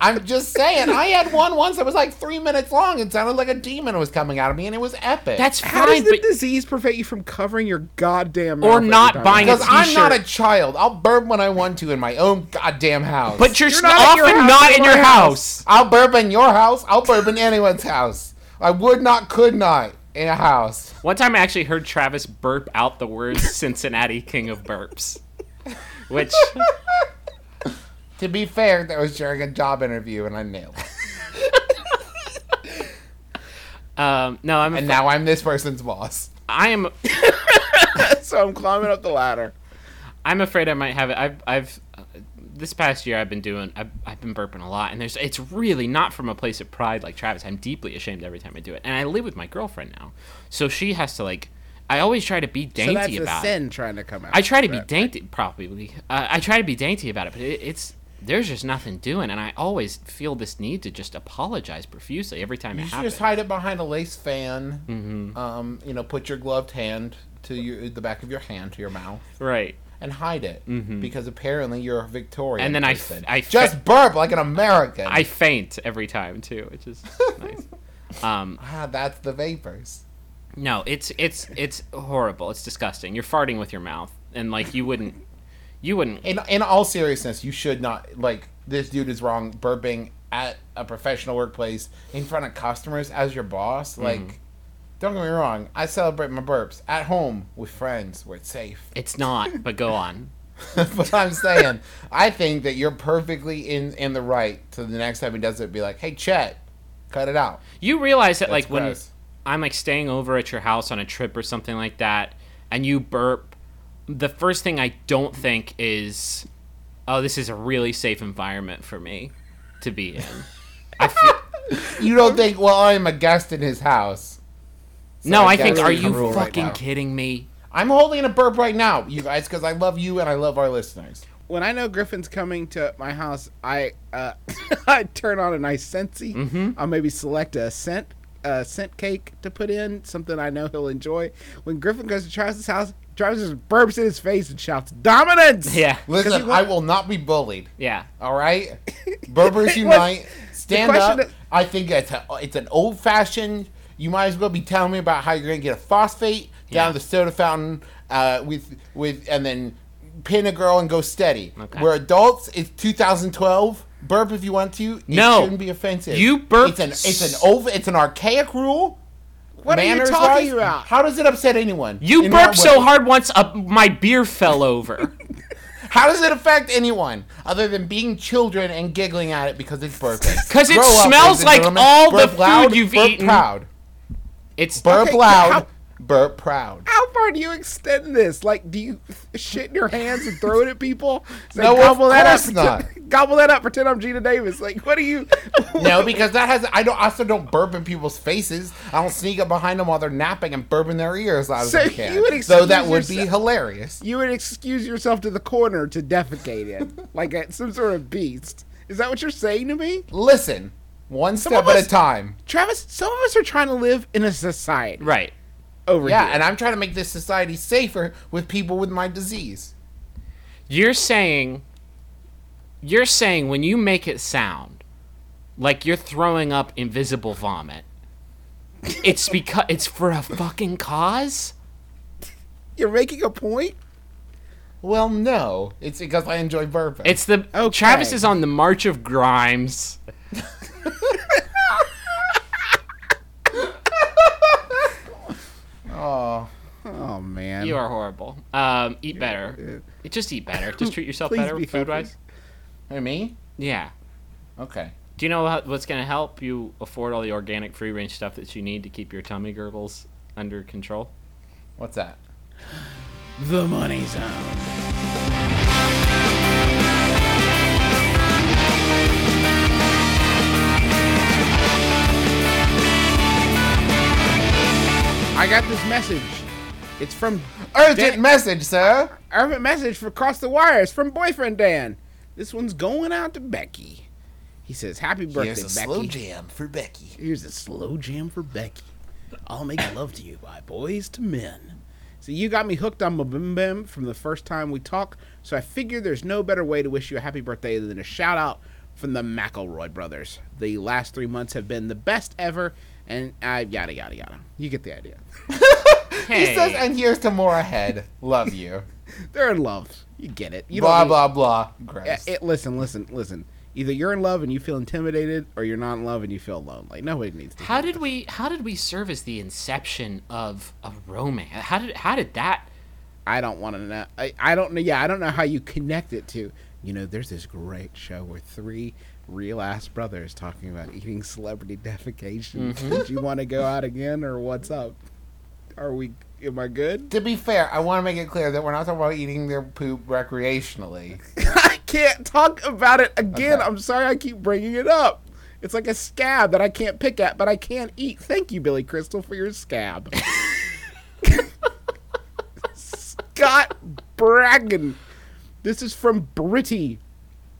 D: I'm just saying. I had one once that was like three minutes long. It sounded like a demon was coming out of me, and it was epic.
C: That's
B: How
C: fine,
B: does the
C: but
B: disease prevent you from covering your goddamn mouth
C: Or
B: every
C: not
B: time?
C: buying a
D: because I'm not a
C: t-shirt.
D: child. I'll burp when I want to in my own goddamn house.
C: but you're,
B: not at
C: often
B: your house,
C: not
B: you're
C: in
B: at
C: your
B: my
C: house.
D: I'll burp in your house. I'll burp in anyone's house. I would not, could not in a house.
C: One time I actually heard Travis burp out the words [LAUGHS] Cincinnati King of Burps. [LAUGHS] Which
D: To be fair, that was during a job interview, and I nailed. It.
C: um no, I'm
D: And now I'm this person's boss.
C: I am
B: [LAUGHS] so I'm climbing up the ladder.
C: I'm afraid I might have it. I've I've uh, this past year I've been doing I've, I've been burping a lot and there's it's really not from a place of pride like Travis. I'm deeply ashamed every time I do it. And I live with my girlfriend now. So she has to like I always try to be
B: So
C: dainty
B: that's the
C: about it.
B: sin trying to come out.
C: I try to be
B: Right.
C: dainty, probably. Uh, I try to be dainty about it, but it, it's there's just nothing doing, and I always feel this need to just apologize profusely every time
D: You
C: it
D: should
C: happens.
D: just hide it behind a lace fan.
C: Mm-hmm.
D: Um, you know, put your gloved hand to your the back of your hand to your mouth
C: right.
D: and hide it because apparently you're a Victorian.
C: Mm-hmm. And then I f-
D: person.
C: I f-
D: just burp like an American.
C: I faint every time too, which
D: [LAUGHS]
C: is nice. Um,
D: ah, that's the vapors.
C: no, it's it's it's horrible. It's disgusting. You're farting with your mouth, and like you wouldn't, you wouldn't.
D: In in all seriousness, you should not like this dude is wrong burping at a professional workplace in front of customers as your boss. Like, don't get me wrong, I celebrate my burps at home with friends where it's safe. [LAUGHS]
C: It's not. But go on.
D: but I'm saying, I think that you're perfectly in in the right. So the next time he does it, be like, "Hey, Chet, cut it out."
C: You realize that like when
D: gross.
C: I'm like staying over at your house on a trip or something like that, and you burp, the first thing I don't think is, oh, this is a really safe environment for me to be
D: [LAUGHS]
C: in. I feel,
D: You don't think? Well, I'm a guest in his house.
C: no, I
D: guess
C: think,
D: it's
C: are
D: the rule
C: you
D: right
C: fucking
D: now.
C: kidding
D: [LAUGHS]
C: me?
D: I'm holding a burp right now, you guys, because I love you and I love our listeners.
B: when I know Griffin's coming to my house, I uh, [LAUGHS] I turn on a nice scentsy. I'll maybe select a scent a scent cake to put in something I know he'll enjoy. When Griffin goes to Travis's house, Travis just burps in his face and shouts, "Dominance!"
C: Yeah,
D: Listen,
B: wa-
D: I will not be bullied.
C: yeah.
D: All
C: [LAUGHS]
D: right, Berbers unite. Stand
B: question
D: up.
B: that-
D: I think it's a, it's an old fashioned. You might as well be telling me about how you're gonna get a phosphate down
C: Yeah.
D: the soda fountain uh, with with and then pin a girl and go steady.
C: Okay.
D: We're adults. It's 2012. Burp if you want to. It
C: No.
D: shouldn't be offensive.
C: You burped
D: It's an it's
C: s-
D: an old it's an archaic rule.
B: What are you talking about?
D: How does it upset anyone?
C: You
D: In
C: burped
D: what
C: so
D: way?
C: hard once uh, my beer fell
D: [LAUGHS]
C: over.
D: How does it affect anyone other than being children and giggling at it because it's burping?
C: 'Cause it
D: Grow up,
C: smells
D: ladies and
C: like
D: gentlemen.
C: all the
D: Burp
C: food
D: loud,
C: you've
D: burp
C: eaten.
D: Proud.
C: It's
D: Burp
B: Okay,
D: loud.
B: how-
D: burp proud.
B: How far do you extend this? Like, do you shit in your hands and throw it at people? Say,
D: No, of
B: up.
D: course not.
B: pretend- [LAUGHS] Gobble that up. Pretend I'm Gina Davis. Like, what are you? [LAUGHS]
D: No, because that has. I don't. I also don't burp in people's faces. I don't sneak up behind them while they're napping and burp in their ears loud
B: So
D: as I can.
B: you would
D: Though that
B: excuse
D: would be
B: yourself-
D: hilarious.
B: you would excuse yourself to the corner to defecate [LAUGHS] in, like a, some sort of beast. Is that what you're saying to me,
D: Listen, one step
B: of
D: at
B: us-
D: a time.
B: Travis? Some of us are trying to live in a society
C: right.
B: over
D: Yeah,
B: here.
D: and I'm trying to make this society safer with people with my disease.
C: You're saying you're saying when you make it sound like you're throwing up invisible vomit. It's because it's for a fucking cause?
B: You're making a point.
D: Well, no, it's because I enjoy burping.
C: It's the Travis is on the march
B: [LAUGHS]
C: of Grimes.
B: Oh man,
C: You are horrible. Um, eat better. Just eat better. Just treat yourself
B: Please
C: better
B: be
C: food wise.
D: Hey, me.
C: Yeah.
D: Okay.
C: Do you know how, what's going to help you afford all the organic free range stuff that you need to keep your tummy gurgles under control?
D: What's that?
B: the money zone. I got this message. It's from
D: Urgent
B: Dan-
D: message, sir.
B: urban message for across the wires from boyfriend Dan. This one's going out to Becky. He says, "Happy birthday, Becky."
D: jam for Becky.
B: Here's a slow jam for Becky. I'll make love to you by boys to men. So you got me hooked on Mabim Bim from the first time we talked, so I figure there's no better way to wish you a happy birthday than a shout out from the McElroy brothers. The last three months have been the best ever, and I yada yada yada. You get the idea. [LAUGHS]
C: Hey.
D: He says, and here's to more ahead. Love you.
B: They're in love. You get it. You don't
D: blah,
B: need-
D: blah, blah,
B: Yeah,
D: Gross.
B: it, listen, listen, listen. Either you're in love and you feel intimidated, or you're not in love and you feel lonely. Nobody needs to.
C: How did we how did we serve as the inception of a romance? How did how did that
B: I don't want to know. I, I don't know. Yeah, I don't know how you connect it to. You know, there's this great show where three real ass brothers talking about eating celebrity [LAUGHS] defecation.
C: Mm-hmm.
B: Did you want to go out again, or what's up? Are we? Am I good?
D: to be fair, I want to make it clear that we're not talking about eating their poop recreationally.
B: [LAUGHS] I can't talk about it again.
D: Okay.
B: I'm sorry. I keep bringing it up. It's like a scab that I can't pick at, but I can eat. Thank you, Billy Crystal, for your scab. Scott Bragan. This is from Britty.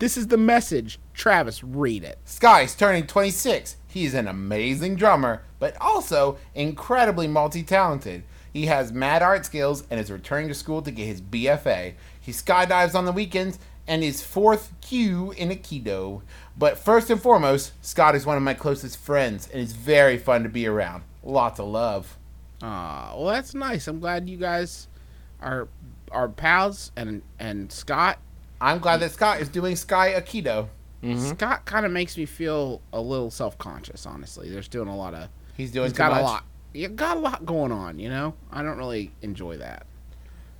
B: This is the message. Travis, read it.
D: Sky's turning 26. He's an amazing drummer, but also incredibly multi talented. He has mad art skills and is returning to school to get his BFA. He skydives on the weekends and is fourth Q in Aikido. But first and foremost, Scott is one of my closest friends and is very fun to be around. Lots of love.
B: Ah, well, that's nice. I'm glad you guys are are pals and and Scott.
D: I'm glad that Scott is doing Sky Aikido.
B: Scott kind of makes me feel a little self conscious. Honestly, there's doing a lot of.
D: He's doing
B: he's
D: too
B: got
D: much.
B: a lot. You got a lot going on. You know, I don't really enjoy that.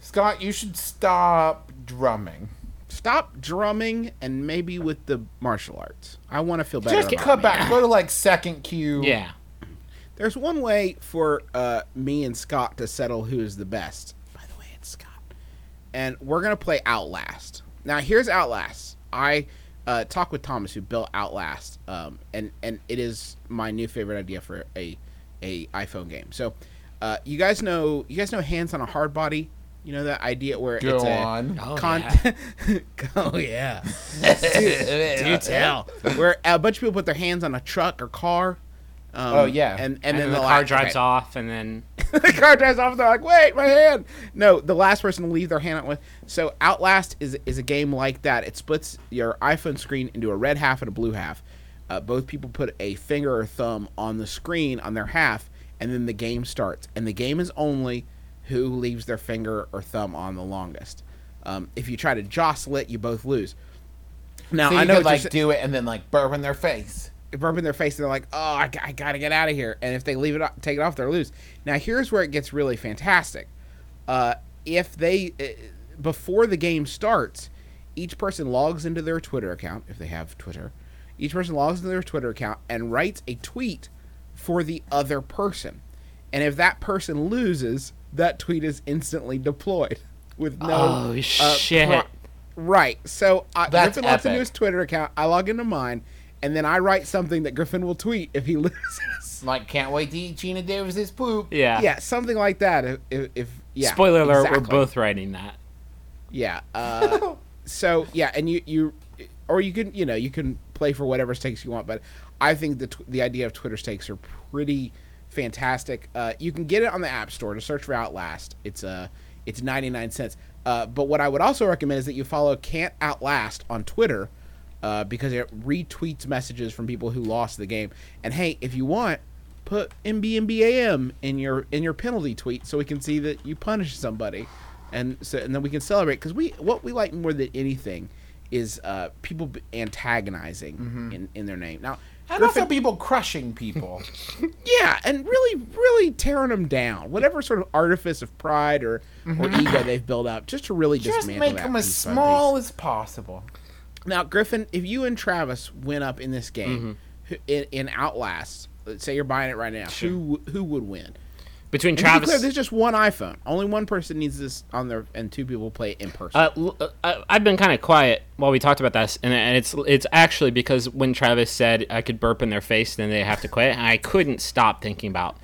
D: Scott, you should stop drumming.
B: Stop drumming and maybe with the martial arts. I want to feel better.
D: Just
B: about
D: cut
B: me.
D: back. Go to like second Q.
C: Yeah.
B: There's one way for uh, me and Scott to settle who is the best. By the way, it's Scott. And we're going to play Outlast. Now, here's Outlast. I uh, talked with Thomas, who built Outlast, um, and, and it is my new favorite idea for a, a iPhone game. So, uh, you guys know you guys know Hands on a Hard Body? You know that idea where
D: Go
B: it's a
D: on.
C: Oh,
B: con- [LAUGHS]
C: yeah.
B: oh yeah. Do tell. Where a bunch of people put their hands on a truck or car. Um,
D: Oh, yeah.
B: and and,
C: And,
B: then
C: then the, car
B: la-
C: drives
B: okay.
C: off, and then
B: [LAUGHS] the car drives off. They're like, "Wait, my hand!" No, the last person to leave their hand out with. So Outlast is is a game like that. It splits your iPhone screen into a red half and a blue half. Uh, both people put a finger or thumb on the screen on their half, and then the game starts. And the game is only who leaves their finger or thumb on the longest. Um, if you try to jostle it, you both lose. Now
D: So you
B: I know
D: could,
B: what you're
D: like
B: sa-
D: do it and then like burp in their face.
B: burp in their face and they're like, "Oh, I, g- I gotta get out of here." And if they leave it, o- take it off, they're loose. Now here's where it gets really fantastic. Uh, if they uh, before the game starts, each person logs into their Twitter account if they have Twitter. Each person logs into their Twitter account and writes a tweet for the other person. And if that person loses, that tweet is instantly deployed [LAUGHS] with no
C: Oh,
B: uh,
C: shit.
B: Right. So I,
D: That's
B: Griffin logs into
D: epic.
B: his Twitter account. I log into mine, and then I write something that Griffin will tweet if he [LAUGHS] loses.
D: Like can't wait to eat Gina Davis's poop.
C: yeah.
B: yeah, something like that. If, if, if yeah.
C: Spoiler alert: We're
B: exactly.
C: both writing that.
B: Yeah.
C: [LAUGHS]
B: Uh, so yeah, and you you, or you can you know you can play for whatever stakes you want, but I think the tw- the idea of Twitter stakes are pretty fantastic. Uh, you can get it on the App Store to search for Outlast. It's uh it's ninety nine cents. Uh, but what I would also recommend is that you follow Can't Outlast on Twitter. Uh, because it retweets messages from people who lost the game. And hey, if you want, put MBMBAM in your in your penalty tweet so we can see that you punished somebody, and so and then we can celebrate because we what we like more than anything is uh, people b- antagonizing
D: Mm-hmm.
B: in, in their name. Now,
D: And
B: Griffin,
D: also people
B: [LAUGHS]
D: crushing people.
B: yeah, and really really tearing them down, whatever sort of artifice of pride or or ego they've built up, just to really
D: Mm-hmm. Just
B: dismantle
D: make
B: that
D: them as
B: piece by piece.
D: small as possible.
B: Now, Griffin, if you and Travis went up in this
D: Mm-hmm.
B: game who in, in Outlast, let's say you're buying it right now, who who would win?
C: Between
B: And to be
C: Travis,
B: clear, there's just one iPhone. Only one person needs this on their, and two people play it in person.
C: Uh, l- uh, I- I've been kind of quiet while we talked about this, and, and it's it's actually because when Travis said I could burp in their face, then they have to quit, I couldn't stop thinking about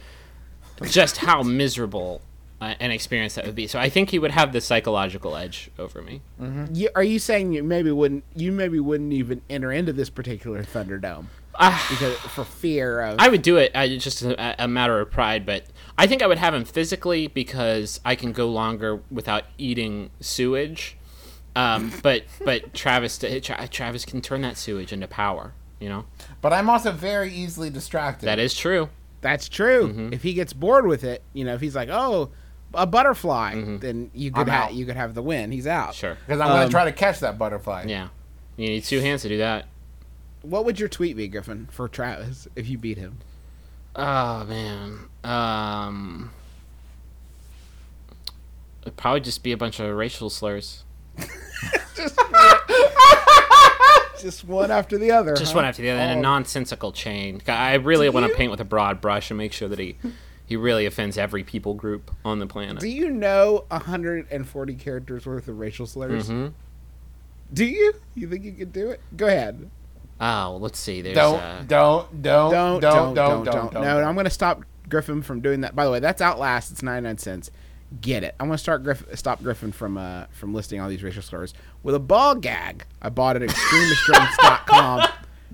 C: just how miserable uh, an experience that would be. So I think he would have the psychological edge over me.
B: you, are you saying you maybe wouldn't you maybe wouldn't even enter into this particular Thunderdome
D: Ah.
B: because for fear of?
C: I would do it. I, it's just a, a matter of pride, but I think I would have him physically because I can go longer without eating sewage. Um, but but Travis Tra- Travis can turn that sewage into power. You know
D: But I'm also very easily distracted.
C: that is true.
B: that's true.
D: Mm-hmm.
B: If he gets bored with it, you know, if he's like, oh, a butterfly, then you could
D: Mm-hmm. I'm
B: ha-
D: out.
B: you could have the win. He's out. Um,
C: Sure.
D: because I'm gonna try to catch that butterfly.
C: Yeah. You need two hands to do that.
B: What would your tweet be, Griffin, for Travis if you beat him?
C: Oh man. Um It'd probably just be a bunch of racial slurs.
B: Just one after the other.
C: Just
B: huh?
C: one after the other,
D: Oh.
C: and a nonsensical chain. I really want to paint with a broad brush and make sure
D: [LAUGHS]
C: that he he really offends every people group on the planet.
B: Do you know 140 characters worth of racial slurs?
D: Mm-hmm.
C: Mhm.
B: Do you? You think you could do it? Go ahead.
C: Oh, let's see. There's
D: Don't,
C: uh,
D: don't, don't,
B: Don't,
D: don't, don't, don't,
B: No, I'm going to stop Griffin from doing that. By the way, that's Outlast. It's 99 cents. get it. I'm gonna start Griff- stop Griffin from uh, from listing all these racial slurs with a ball gag I bought at
D: [LAUGHS]
B: extremerestraints.com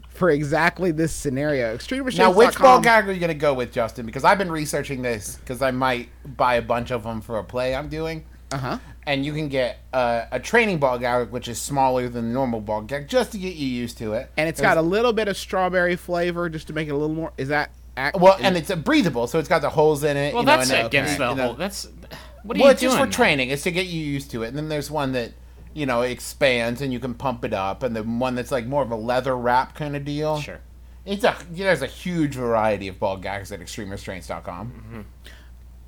B: for exactly this scenario. Extremerestraints.com.
D: Now, which ball gag are you going to go with, Justin? Because I've been researching this because I might buy a bunch of them for a play I'm doing.
B: Uh huh.
D: And you can get uh, a training ball gag, which is smaller than the normal ball gag, just to get you used to it.
B: And it's got a little bit of strawberry flavor just to make it a little more. Is that ac-
D: well, and it's a breathable, so it's got the holes in it.
C: Well,
D: you know,
C: that's
D: and it-
C: against the
D: you know.
C: whole. That's what are
D: well,
C: you
D: it's
C: doing?
D: just for
C: now?
D: training. It's to get you used to it. And then there's one that, you know, expands and you can pump it up. And then one that's like more of a leather wrap kind of deal.
C: Sure.
D: It's a there's a huge variety of ball gags at extremerestraints.com.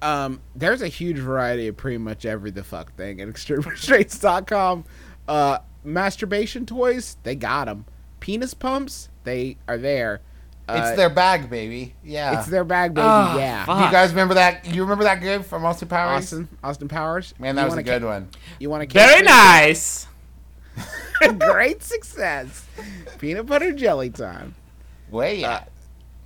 B: Um, there's a huge variety of pretty much every the fuck thing at [LAUGHS] extremerestraints.com. Uh, masturbation toys, they got them. Penis pumps, they are there. Uh,
D: it's their bag, baby. Yeah.
B: it's their bag, baby.
C: Ah,
B: yeah.
D: Do
C: fuck.
D: you guys remember that? You remember that good from Austin Powers?
B: Austin, Austin Powers.
D: Man, that
B: You
D: was
B: want
D: a good
B: ca-
D: one.
B: You want to
C: Very nice.
B: [LAUGHS] Great success. Peanut butter jelly time.
D: Way
B: Uh,
D: yeah.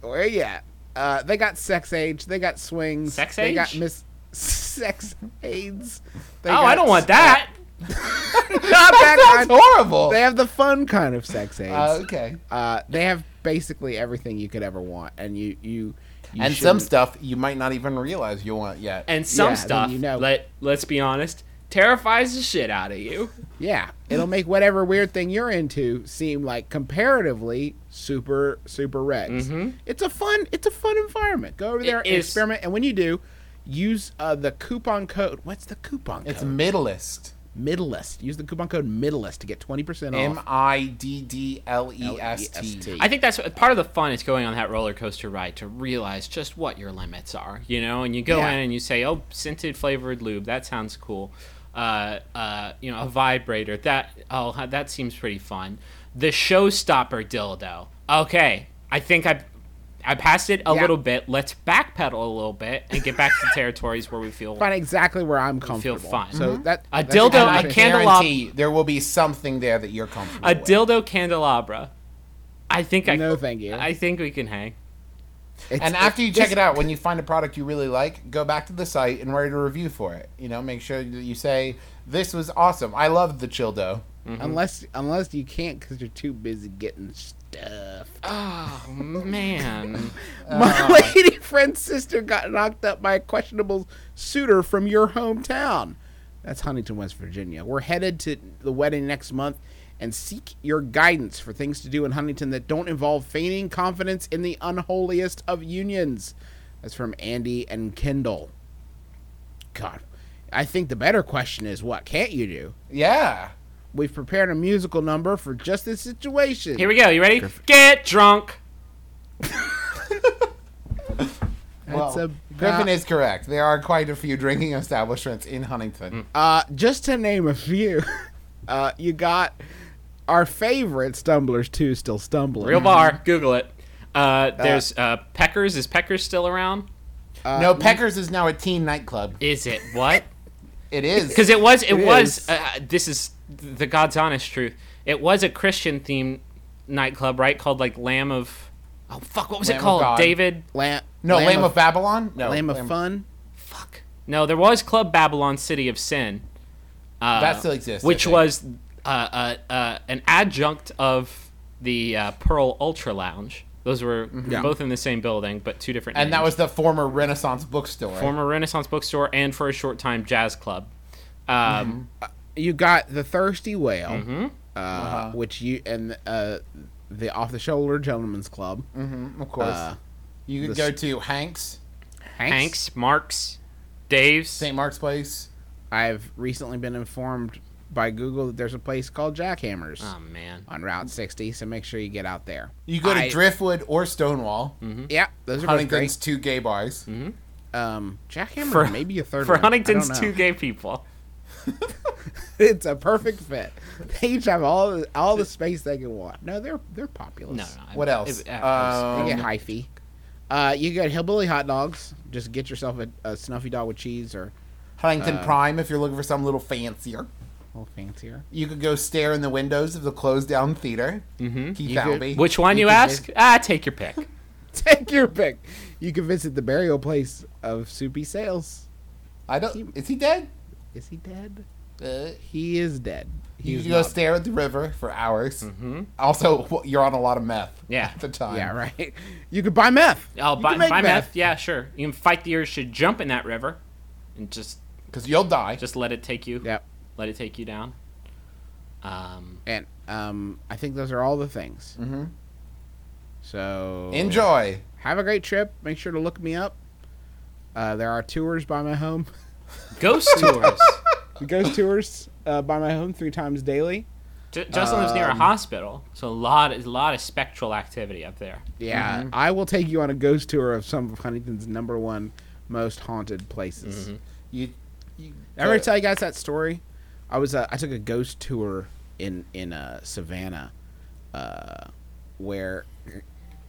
B: Where you at? Uh, they got sex age. They got swings.
C: Sex
B: They got
C: age?
B: miss [LAUGHS] sex aids. They
C: Oh,
B: got
C: I don't want that.
B: [LAUGHS]
C: [LAUGHS]
B: Not that
D: That's
B: kind.
D: horrible.
B: They have the fun kind of sex aids.
D: Uh, okay.
B: Uh, they have basically everything you could ever want, and you you, you
D: and some
B: shouldn't-
D: stuff you might not even realize you want yet.
C: And some
B: Yeah, then
C: stuff.
B: you know.
C: Let Let's be honest. Terrifies the shit out of you.
B: yeah, it'll make whatever weird thing you're into seem like comparatively super super rex.
D: Mm-hmm.
B: It's a fun it's a fun environment. Go over there, and
C: is.
B: experiment, and when you do, use uh, the coupon code. What's the coupon
D: it's
B: code?
D: middleist.
B: Middleist. Use the coupon code Middleist to get twenty percent off.
D: M I D D Oh. L E S T.
C: I think that's part of the fun is going on that roller coaster ride to realize just what your limits are, you know. And you go
B: Yeah.
C: in and you say, "Oh, scented flavored lube, that sounds cool." Uh, uh, you know, a vibrator that oh, huh, that seems pretty fun. The showstopper dildo. Okay, I think I, I passed it a
B: Yeah.
C: little bit. Let's backpedal a little bit and
B: [LAUGHS]
C: get back to territories where we feel
B: find exactly where I'm comfortable.
C: fine.
B: So that
C: A
B: that's
C: dildo,
B: exactly what
C: I
D: And Mm-hmm. I
B: it is.
C: can't- Candelab-
D: guarantee there will be something there that you're comfortable
C: a
D: with.
C: dildo candelabra. I think I
B: No, thank you.
C: I think we can hang.
B: It's-
D: And
B: it-
D: after you check
B: this-
D: it out, when you find a product you really like, go back to the site and write a review for it. You know, make sure that you say, "This was awesome. I loved the Childo."
B: unless unless you can't because you're too busy getting stuff.
C: Oh man.
B: My lady [LAUGHS] friend's sister got knocked up by a questionable suitor from your hometown. That's Huntington, West Virginia. We're headed to the wedding next month and seek your guidance for things to do in Huntington that don't involve feigning confidence in the unholiest of unions. That's from Andy and Kendall. God, I think the better question is what can't you do?
D: Yeah.
B: We've prepared a musical number for just this situation.
C: Here we go. You ready? Get drunk.
D: Well,
B: a-
D: Griffin is correct. There are quite a few drinking [LAUGHS] establishments in Huntington.
B: Uh, just to name a few, [LAUGHS] uh, you got our favorite Stumblers too, still stumbling.
D: Mm-hmm.
C: Real bar. Google it. Uh, there's uh, Peckers. Is Peckers still around?
D: no, Peckers is now a teen nightclub.
C: Is it
D: [LAUGHS]
C: what?
D: It is.
C: Because it was. It,
B: It
C: was.
B: is.
C: Uh, this is the God's honest truth. It was a Christian themed nightclub, right? Called like Lamb of. Oh fuck! What was
D: Lamb
C: it
D: of
C: called?
D: God.
C: David.
B: Lamb,
D: no, Lamb, of, Babylon. No,
B: Lamb of Fun.
C: Fuck. No, there was Club Babylon, City of Sin. Uh,
D: That still exists, I
C: Which
D: think.
C: was uh, uh, uh, an adjunct of the uh, Pearl Ultra Lounge. Those were both in the same building, but two different.
D: And that
C: names.
D: was the former Renaissance bookstore.
C: former Renaissance bookstore and for a short time jazz club. Um,
B: You got the Thirsty Whale,
C: Mm-hmm.
B: uh,
D: Uh-huh.
B: which you and uh, the Off the Shoulder Gentlemen's Club.
C: Mm-hmm.
D: of course. you could
B: the
D: go
B: s-
D: to Hanks,
B: Hanks.
C: Hanks, Marks, Dave's.
D: St. Mark's Place.
B: I've recently been informed by Google that there's a place called Jackhammers
C: Oh man,
B: on Route 60, so make sure you get out there.
D: You go to
B: I-
D: Driftwood or Stonewall.
B: Yeah, those are both
D: Huntington's
B: great.
D: two gay bars.
B: Um, Jackhammer,
C: For-
B: maybe a third
C: for
B: one. I don't
C: Huntington's
B: know.
C: two gay people.
B: [LAUGHS] it's a perfect fit. They each have all the, all the space they can want. No, they're they're populous.
C: No, no. I-
D: What else?
C: it- uh, I
D: Um,
B: They get hyphy. Uh, you get hillbilly hot dogs. Just get yourself a, a snuffy dog with cheese or
D: Huntington Prime, if you're looking for something a little fancier.
B: a little fancier. [LAUGHS]
D: You could go stare in the windows of the closed down theater. Mm-hmm. Keith Albee.
C: was- Which one you, ask? Ah, take your pick.
B: Take your pick. You can visit the burial place of Soupy Sales.
D: I don't. Is he dead?
B: Is he dead?
D: Uh,
B: He is dead.
D: you
B: He's
D: go
B: not-
D: stare at the river for hours. Mm-hmm. Also, wh- you're on a lot of meth.
C: Yeah.
D: At the time.
B: Yeah, right. [LAUGHS] You could buy meth.
C: Oh,
B: You
C: by,
B: can make
C: by meth. Yeah, sure. You can fight the urge should jump in that river, and just
D: Because you'll die.
C: just let it take you.
B: Yep.
C: Let it take you down. Um,
B: And um, I think those are all the things. Mm-hmm. So
D: Enjoy.
B: Have a great trip. Make sure to look me up. Uh, there are tours by my home. [LAUGHS]
D: [LAUGHS]
C: ghost tours.
B: Ghost tours uh, by my home three times daily.
C: J- Justin lives
D: Um,
C: near a hospital, so a lot, a lot of spectral activity up there.
B: Yeah, I will take you on a ghost tour of some of Huntington's number one most haunted places.
D: You. you
B: Did I ever tell you guys that story? I was uh, I took a ghost tour in in uh, Savannah, uh, where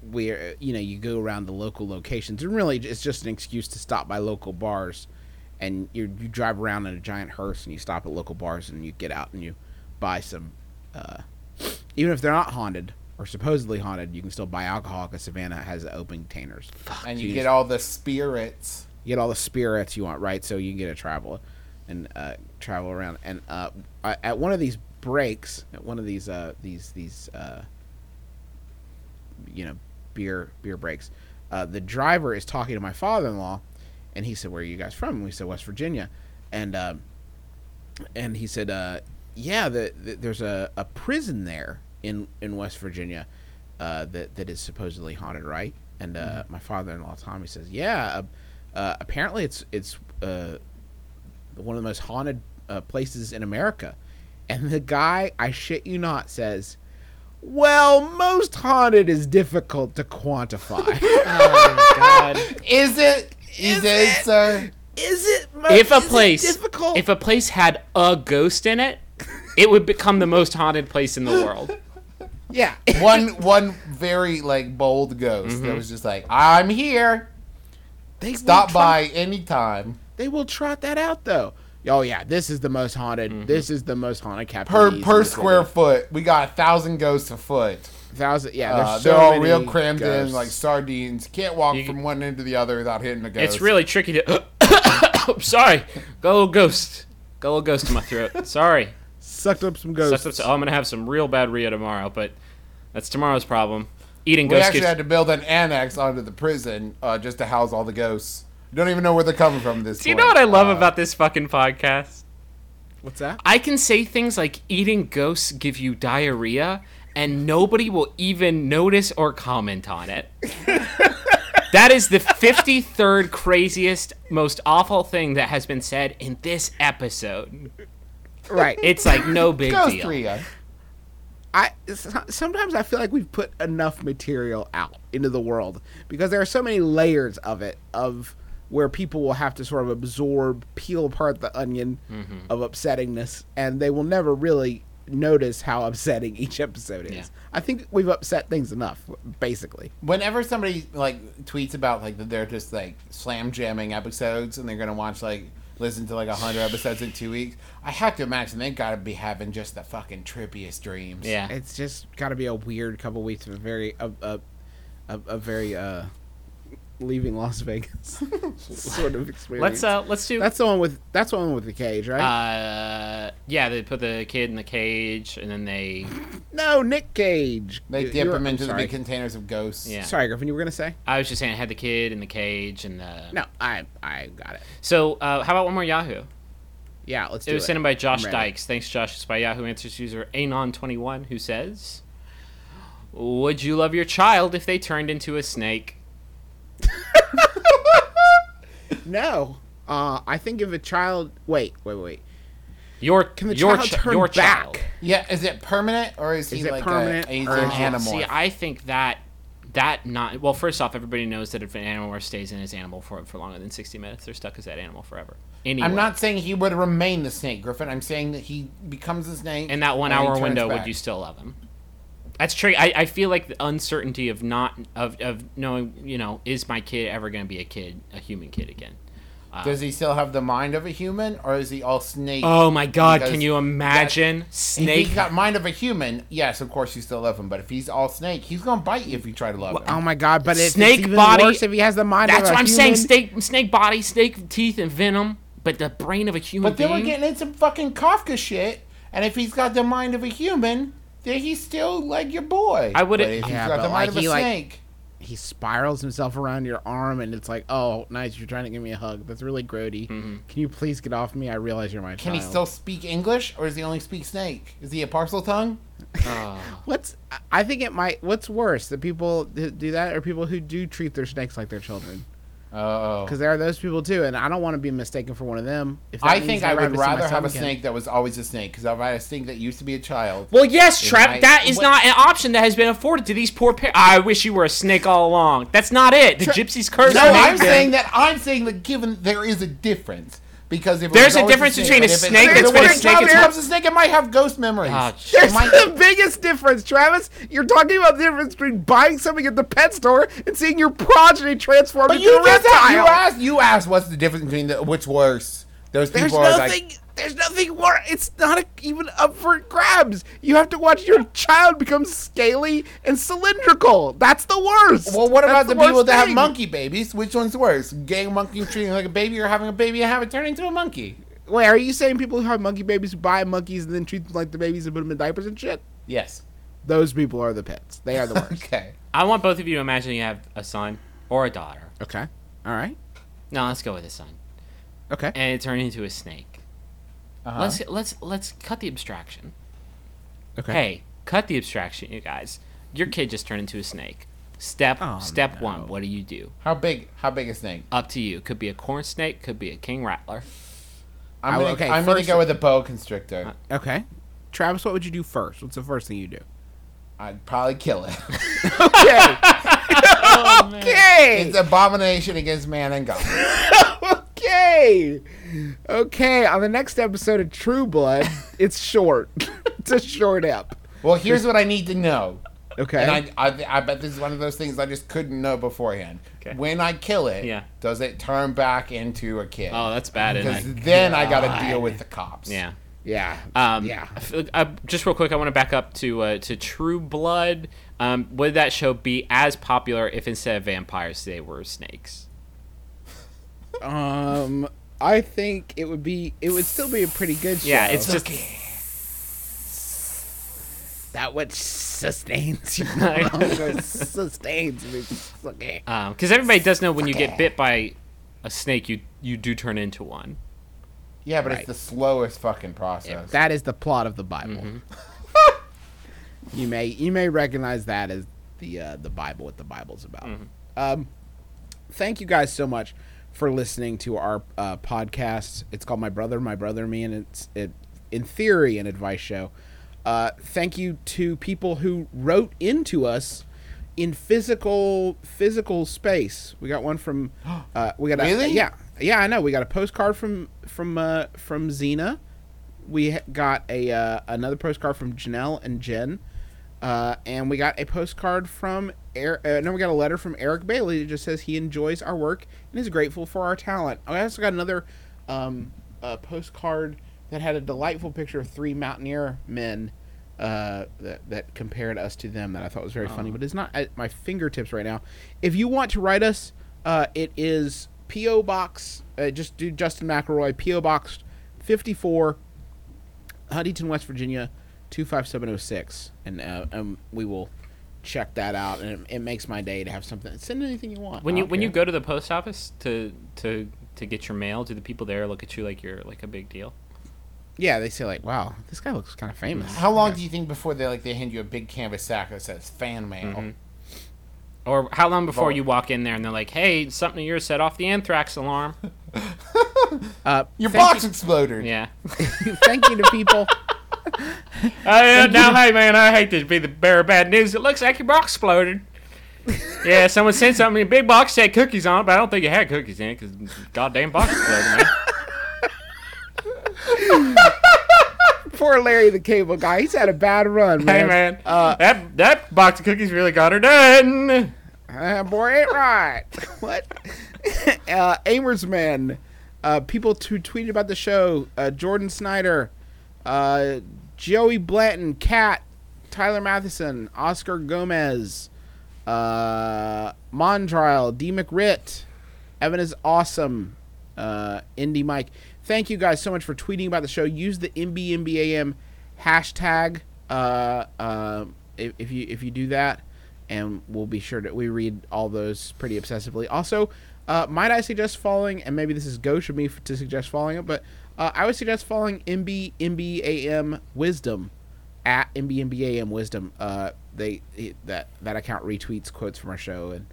B: where you know you go around the local locations and really it's just an excuse to stop by local bars, and you you drive around in a giant hearse and you stop at local bars and you get out and you buy some, uh, even if they're not haunted or supposedly haunted, you can still buy alcohol because Savannah has open containers.
D: and
B: So you
D: you get
B: just-
D: all the spirits.
B: You get all the spirits you want, right? So you can get a travel and uh, travel around. And uh, I- at one of these breaks, at one of these uh, these these uh, you know beer beer breaks, uh, the driver is talking to my father-in-law, and he said, "Where are you guys from?" And we said, "West Virginia," and um, and he said, uh, "Yeah, the, the, there's a, a prison there in in West Virginia uh, that that is supposedly haunted, right?" And uh,
C: Mm-hmm.
B: my father-in-law Tommy says, "Yeah, uh, uh, apparently it's it's uh, one of the most haunted uh, places in America." And the guy, I shit you not, says, "Well, most haunted is difficult to
C: [LAUGHS]
B: quantify."
C: Oh
D: Is it? Is, it, sir?
B: is it? mo-
C: If a
B: is it
C: place,
B: difficult,
C: if a place had a ghost in it, it would become the most haunted place in the world.
B: yeah.
D: one one very like bold ghost
C: Mm-hmm.
D: that was just like, I'm here.
B: They will
D: Stop
B: try-
D: by anytime.
B: They will trot that out though. Oh yeah, this is the most haunted. This is the most haunted capital.
D: Mm-hmm. Per per square foot, we got a thousand ghosts a foot.
B: thousand. Yeah,
D: Uh,
B: there's so
D: they're all
B: many
D: real crammed in
B: ghosts.
D: like sardines. Can't walk
C: You-
D: from one end to the other without hitting a ghost.
C: It's really tricky to. [COUGHS] I'm sorry. Got a little ghost. Got a little ghost in my throat. Sorry.
B: sucked up some
C: Sucks
B: ghosts.
C: up to- oh, I'm gonna have some real diarrhea tomorrow, but that's tomorrow's problem. Eating
D: We
C: ghost
D: actually
C: gives.
D: had to build an annex onto the prison uh, just to house all the ghosts. Don't even know where they're coming from. At this.
C: Do you
D: point.
C: know what I love
D: Uh,
C: about this fucking podcast?
B: What's that?
C: I can say things like eating ghosts give you diarrhea, and nobody will even notice or comment
B: [LAUGHS]
C: on it. that is the 53rd craziest, most awful thing that has been said in this episode.
B: [LAUGHS] Right.
C: It's
B: [LAUGHS]
C: like no big
D: Ghost
C: deal.
D: Ria.
B: I it's not- sometimes I feel like we've put enough material out into the world because there are so many layers of it of where people will have to sort of absorb, peel apart the onion
D: Mm-hmm.
B: of upsettingness, and they will never really notice how upsetting [LAUGHS] each episode is.
C: Yeah.
B: I think we've upset things enough, basically.
D: Whenever somebody like tweets about like that they're just like slam jamming episodes and they're gonna watch like listen to like a hundred episodes in two weeks, I have to imagine they gotta be having just the fucking trippiest dreams.
C: Yeah.
B: It's just got to be a weird couple weeks of a very a a, a, a very uh leaving Las
C: [LAUGHS]
B: Vegas sort of experience.
C: Let's uh let's do
B: that's the one with that's the one with the cage, right?
C: uh yeah, they put the kid in the cage and then they
B: No, Nick Cage.
D: They
B: You-
D: dip
B: you're-
D: them into
B: I'm
D: the
B: sorry.
D: big containers of ghosts.
C: Yeah.
B: Sorry, Griffin, you were gonna say?
C: I was just saying I had the kid in the cage and the
B: No, I I got it.
C: So uh how about one more Yahoo?
B: Yeah, let's do
C: It was sent in by Josh
B: I'm ready.
C: Dykes. Thanks, Josh. It's by Yahoo Answers user Anon21, who says, Would you love your child if they turned into a snake?
B: No, uh, I think if a child. Wait, wait, wait.
C: Your,
B: Can the
C: your
B: child
C: chi-
B: turn
C: your
B: back?
C: Child. Oh,
D: Yeah, is it permanent or is, he
B: it
D: like
B: permanent
D: a, he's
B: or
D: an
B: is it-
D: animal?
C: See, I think that that not well. First off, everybody knows that if an animal stays in his animal for for longer than sixty minutes, they're stuck as that animal forever. Anyway,
D: I'm not saying he would remain the snake, Griffin. I'm saying that he becomes a snake.
C: in that one
D: and he
C: hour
D: turns
C: window.
D: back.
C: Would you still love him? That's true. I, I feel like the uncertainty of not of of knowing you know is my kid ever going to be a kid a human kid again.
D: Does he still have the mind of a human, or is he all snake?
C: Oh my God!
D: Because
C: can you imagine
D: If
C: snake?
D: he's got mind of a human, yes, of course you still love him. But if he's all snake, he's gonna bite you if you try to love
B: Oh
D: him.
B: my God! But it's, it's
C: Snake
B: even
C: body-
B: worse if he has the mind.
C: That's
B: of a
C: what I'm
B: human.
C: saying. Snake snake body, snake teeth, and venom. but the brain of a human
D: But then we're
C: being-
D: getting into some fucking Kafka shit, and if he's got the mind of a human, then he's still like your boy.
C: I would've-
D: But if he's
B: Yeah,
D: got
B: but
D: the
B: like
D: mind of
B: he,
D: a
B: like-
D: snake.
B: He spirals himself around your arm, and it's like, oh, nice, you're trying to give me a hug. That's really grody. Can you please get off me? I realize you're my
D: Mm-hmm. Can
B: child.
D: he still speak English, or does he only speak snake? Is he a parcel tongue?
C: Oh,
B: What's I- I think it might. What's worse, the people who do that, or people who do treat their snakes like their children?
D: Oh,
B: Because there are those people too, and I don't want to be mistaken for one of them. If that
D: I
B: means
D: think
B: that
D: I would
B: rabbit's in my
D: rather have a
B: stomach,
D: snake that was always a snake. Because if I had a snake that used to be a child,
C: Well, yes, Trap.
D: I-
C: that is
D: what-
C: not an option that has been afforded to these poor parents. I wish you were a snake all along. That's not it. The gypsies curse.
D: no,
C: snake
D: I'm
C: them.
D: saying that I'm saying that given there is a difference. Because if it
C: There's
D: was
C: a
D: always
C: difference
D: snake,
C: between a
D: but if it-
C: snake
D: if
C: that's
D: it
C: been a
D: was
C: snake, it's-
D: becomes a snake, it might have ghost memories.
C: Ah,
B: [LAUGHS] There's
D: It might-
B: the biggest difference, Travis. You're talking about the difference between buying something at the pet store and seeing your progeny transform
D: But
B: into
D: you
B: a
D: just asked, you
B: reptile.
D: asked you asked what's the difference between the which worse? Those people
B: there's
D: are
B: nothing.
D: like
B: there's nothing more. It's not a, even up for grabs. You have to watch your child become scaly and cylindrical. That's the worst.
D: well, what
B: That's
D: about the,
B: worst
D: people that have
B: thing.
D: monkey babies? Which one's worse? Getting monkey treating like a baby or having a baby and have it turn into a monkey?
B: Wait, are you saying people who have monkey babies who buy monkeys and then treat them like the babies and put them in diapers and shit?
D: Yes. [LAUGHS]
B: Those people are the pets. They [LAUGHS] are the worst.
D: Okay.
C: I want both of you to imagine you have a son or a daughter.
B: okay. All right.
C: No, let's go with a son.
B: Okay.
C: And it turned into a snake.
D: Uh-huh.
C: Let's let's let's cut the abstraction.
B: Okay.
C: Hey, cut the abstraction, you guys. Your kid just turned into a snake. Step
B: Oh,
C: step
B: no.
C: one. What do you do?
D: How big? How big a snake?
C: Up to you. Could be a corn snake. Could be a king rattler.
D: I'm
B: I-
D: gonna,
B: okay,
D: I'm gonna
B: first- Uh,
D: go with a boa constrictor.
B: Okay. Travis, what would you do first? What's the first thing you do?
D: I'd probably kill it.
B: [LAUGHS] Okay. okay.
D: it's abomination against man and God.
B: Okay. Okay. On the next episode of True
C: [LAUGHS]
B: Blood, it's short. [LAUGHS] it's a short up.
D: Well, here's what I need to know.
B: Okay.
D: And I, I, I bet this is one of those things I just couldn't know beforehand.
C: Okay.
D: When I kill it,
C: Yeah.
D: does it turn back into a kid?
C: Oh, that's bad. isn't
D: Because
C: it?
D: then I got to deal with the cops.
C: yeah.
B: yeah.
C: Um,
B: yeah.
C: I feel- uh, just real quick, I want to back up to uh, to True Blood. Um, would that show be as popular if instead of vampires they were snakes?
B: Um, I think it would be. It would still be a pretty good show.
C: Yeah, it's just
B: that what sustains
C: [LAUGHS]
B: you. [LAUGHS] sustains me. Okay.
C: because Um, everybody does know when you get bit by a snake, you you do turn into one.
D: Yeah, but
B: Right.
D: it's the slowest fucking process.
B: That is the plot of the Bible. [LAUGHS] you may you may recognize that as the uh, the Bible, what the Bible's about. Um, thank you guys so much for listening to our uh, podcast. It's called My Brother, My Brother, Me, and it's it, in theory an advice show. Uh, thank you to people who wrote into us in physical physical space. We got one from [GASPS] uh, we got a,
D: Really?
B: yeah yeah I know we got a postcard from from uh, from Xena. We ha- got a uh, another postcard from Janelle and Jen. Uh, and we got a postcard from Eric. Uh, no, we got a letter from Eric Bailey that just says he enjoys our work and is grateful for our talent. Oh, I also got another um, uh, postcard that had a delightful picture of three mountaineer men uh, that, that compared us to them that I thought was very funny, but it's not at my fingertips right now. If you want to write us, uh, it is P.O. Box, uh, just do Justin McElroy, P.O. Box 54, Huntington, West Virginia, two five seven zero six, and uh, um, we will check that out. And it, it makes my day to have something. Send anything you want.
C: When
B: I
C: you
B: don't
C: when you
B: care.
C: go to the post office to to to get your mail, do the people there look at you like you're like a big deal?
B: yeah, they say like, wow, this guy looks kind of
C: [LAUGHS]
B: famous.
D: How long do you think before they like they hand you a big canvas sack that says fan mail?
C: Mm-hmm. Or how long before
D: Well-
C: you walk in there and they're like, "Hey, something of yours set off the anthrax [LAUGHS] alarm."
B: Uh, [LAUGHS]
D: Your
B: thank
D: box exploded.
C: Yeah.
B: You, thank you to people.
C: Uh, now, hey, man, I hate to be the bearer of bad news. It looks like your box exploded. [LAUGHS] yeah, someone sent something in a big box that had cookies on it, but I don't think it had cookies in it because goddamn box exploded, [LAUGHS] man.
B: Poor Larry the Cable Guy. He's had a bad run, man.
C: hey, man, that that box of cookies really got her done.
B: Uh, boy, ain't right. [LAUGHS] what? uh, Amers Man. Uh, people who tweeted about the show uh, Jordan Snyder, uh, Joey Blanton, Kat, Tyler Matheson, Oscar Gomez, uh, Montreal, D. McRitt. Evan is awesome. Uh, Indie Mike. Thank you guys so much for tweeting about the show. Use the MBMBAM hashtag uh, uh, if, if you if you do that, and we'll be sure that we read all those pretty obsessively. Also, uh, might I suggest following? And maybe this is gauche of me f- to suggest following it, but uh, I would suggest following MBMBAM Wisdom at MBMBAM Wisdom. Uh, they it- that that account retweets quotes from our show and.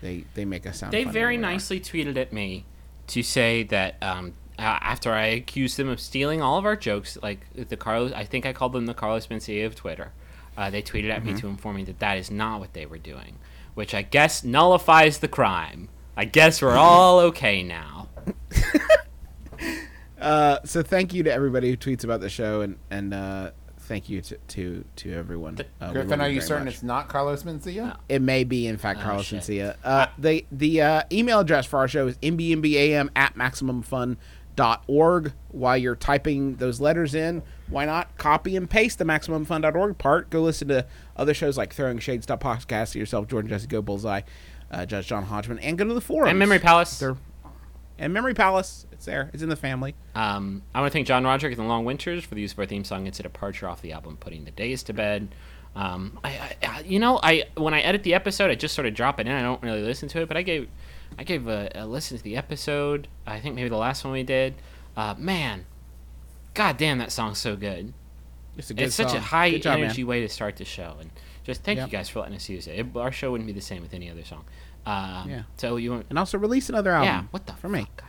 B: They, they make us sound
C: They
B: funny
C: very
B: when we are.
C: nicely tweeted at me to say that um, a- after I accused them of stealing all of our jokes, like the Carlos, I think I called them the Carlos Mencia of Twitter. Uh, they tweeted at me to inform me that that is not what they were doing, which I guess nullifies the crime. I guess we're all okay now.
B: so thank you to everybody who tweets about the show and and uh thank you to to, to everyone uh, we love
D: Griffin, are you
B: very
D: certain
B: much.
D: it's not Carlos Mencia?
B: it may be in fact carlos
C: Oh, shit.
B: Mencia. uh the the uh email address for our show is mbmbam at maximumfun.org while you're typing those letters in why not copy and paste the maximumfun.org part go listen to other shows like throwing shades podcast yourself jordan jesse go bullseye uh, judge john hodgman and go to the forum
C: And Memory Palace.
B: and memory palace it's there it's in the family
C: Um, I want to thank John Roderick and the Long Winters for the use of our theme song. It's a departure off the album "Putting the Days to Bed." Um, I, I, I, you know, I when I edit the episode, I just sort of drop it in. I don't really listen to it, but I gave, I gave a, a listen to the episode. I think maybe the last one we did. Uh, man, god damn, that song's so good.
B: it's a good
C: it's such
B: song.
C: a high
B: Good job, man.
C: energy way to start the show, and just thank
B: Yep.
C: you guys for letting us use it. it. Our show wouldn't be the same with any other song. Um,
B: Yeah.
C: So you, want-
B: and also release another album.
C: yeah. What the
B: for me?
C: fuck, guys?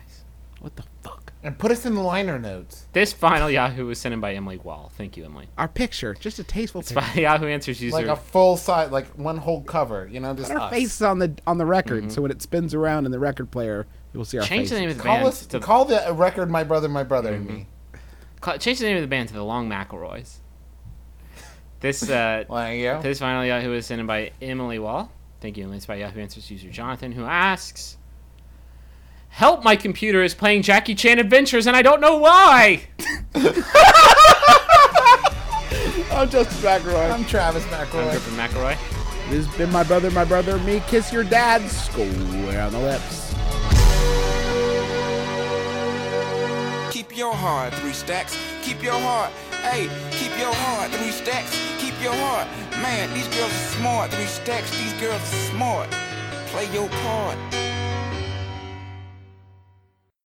B: What the fuck?
D: And put us in the liner notes.
C: This final Yahoo was sent in by Emily Wall. Thank you, Emily.
B: Our picture, just a tasteful
C: It's
B: picture.
C: by [LAUGHS] Yahoo Answers user.
D: Like a full size, like one whole cover, you know, just
B: Put our
D: us.
B: faces on the on the record, so when it spins around in the record player, you will see our
C: change
B: faces.
C: Mm-hmm. the name of the Mm-hmm.
D: Call
C: band
D: us,
C: to
D: call the record "My Brother, My Brother and Me."
C: call- change the name of the band to the Long McElroys. This
D: [LAUGHS]
C: uh,
D: Like, yeah.
C: this final Yahoo was sent in by Emily Wall. Thank you, Emily. It's by Yahoo Answers user Jonathan, who asks, "Help! My computer is playing Jackie Chan Adventures, and I don't know
D: [LAUGHS]
C: why."
B: I'm Justin McElroy.
D: I'm Travis McElroy.
C: Griffin McElroy.
B: This has been my brother, my brother, me. Kiss your dad. Square on the lips.
F: Keep your heart, three stacks. Keep your heart. Hey, keep your heart, three stacks. Keep your heart. Man, these girls are smart, three stacks. These girls are smart. Play your part.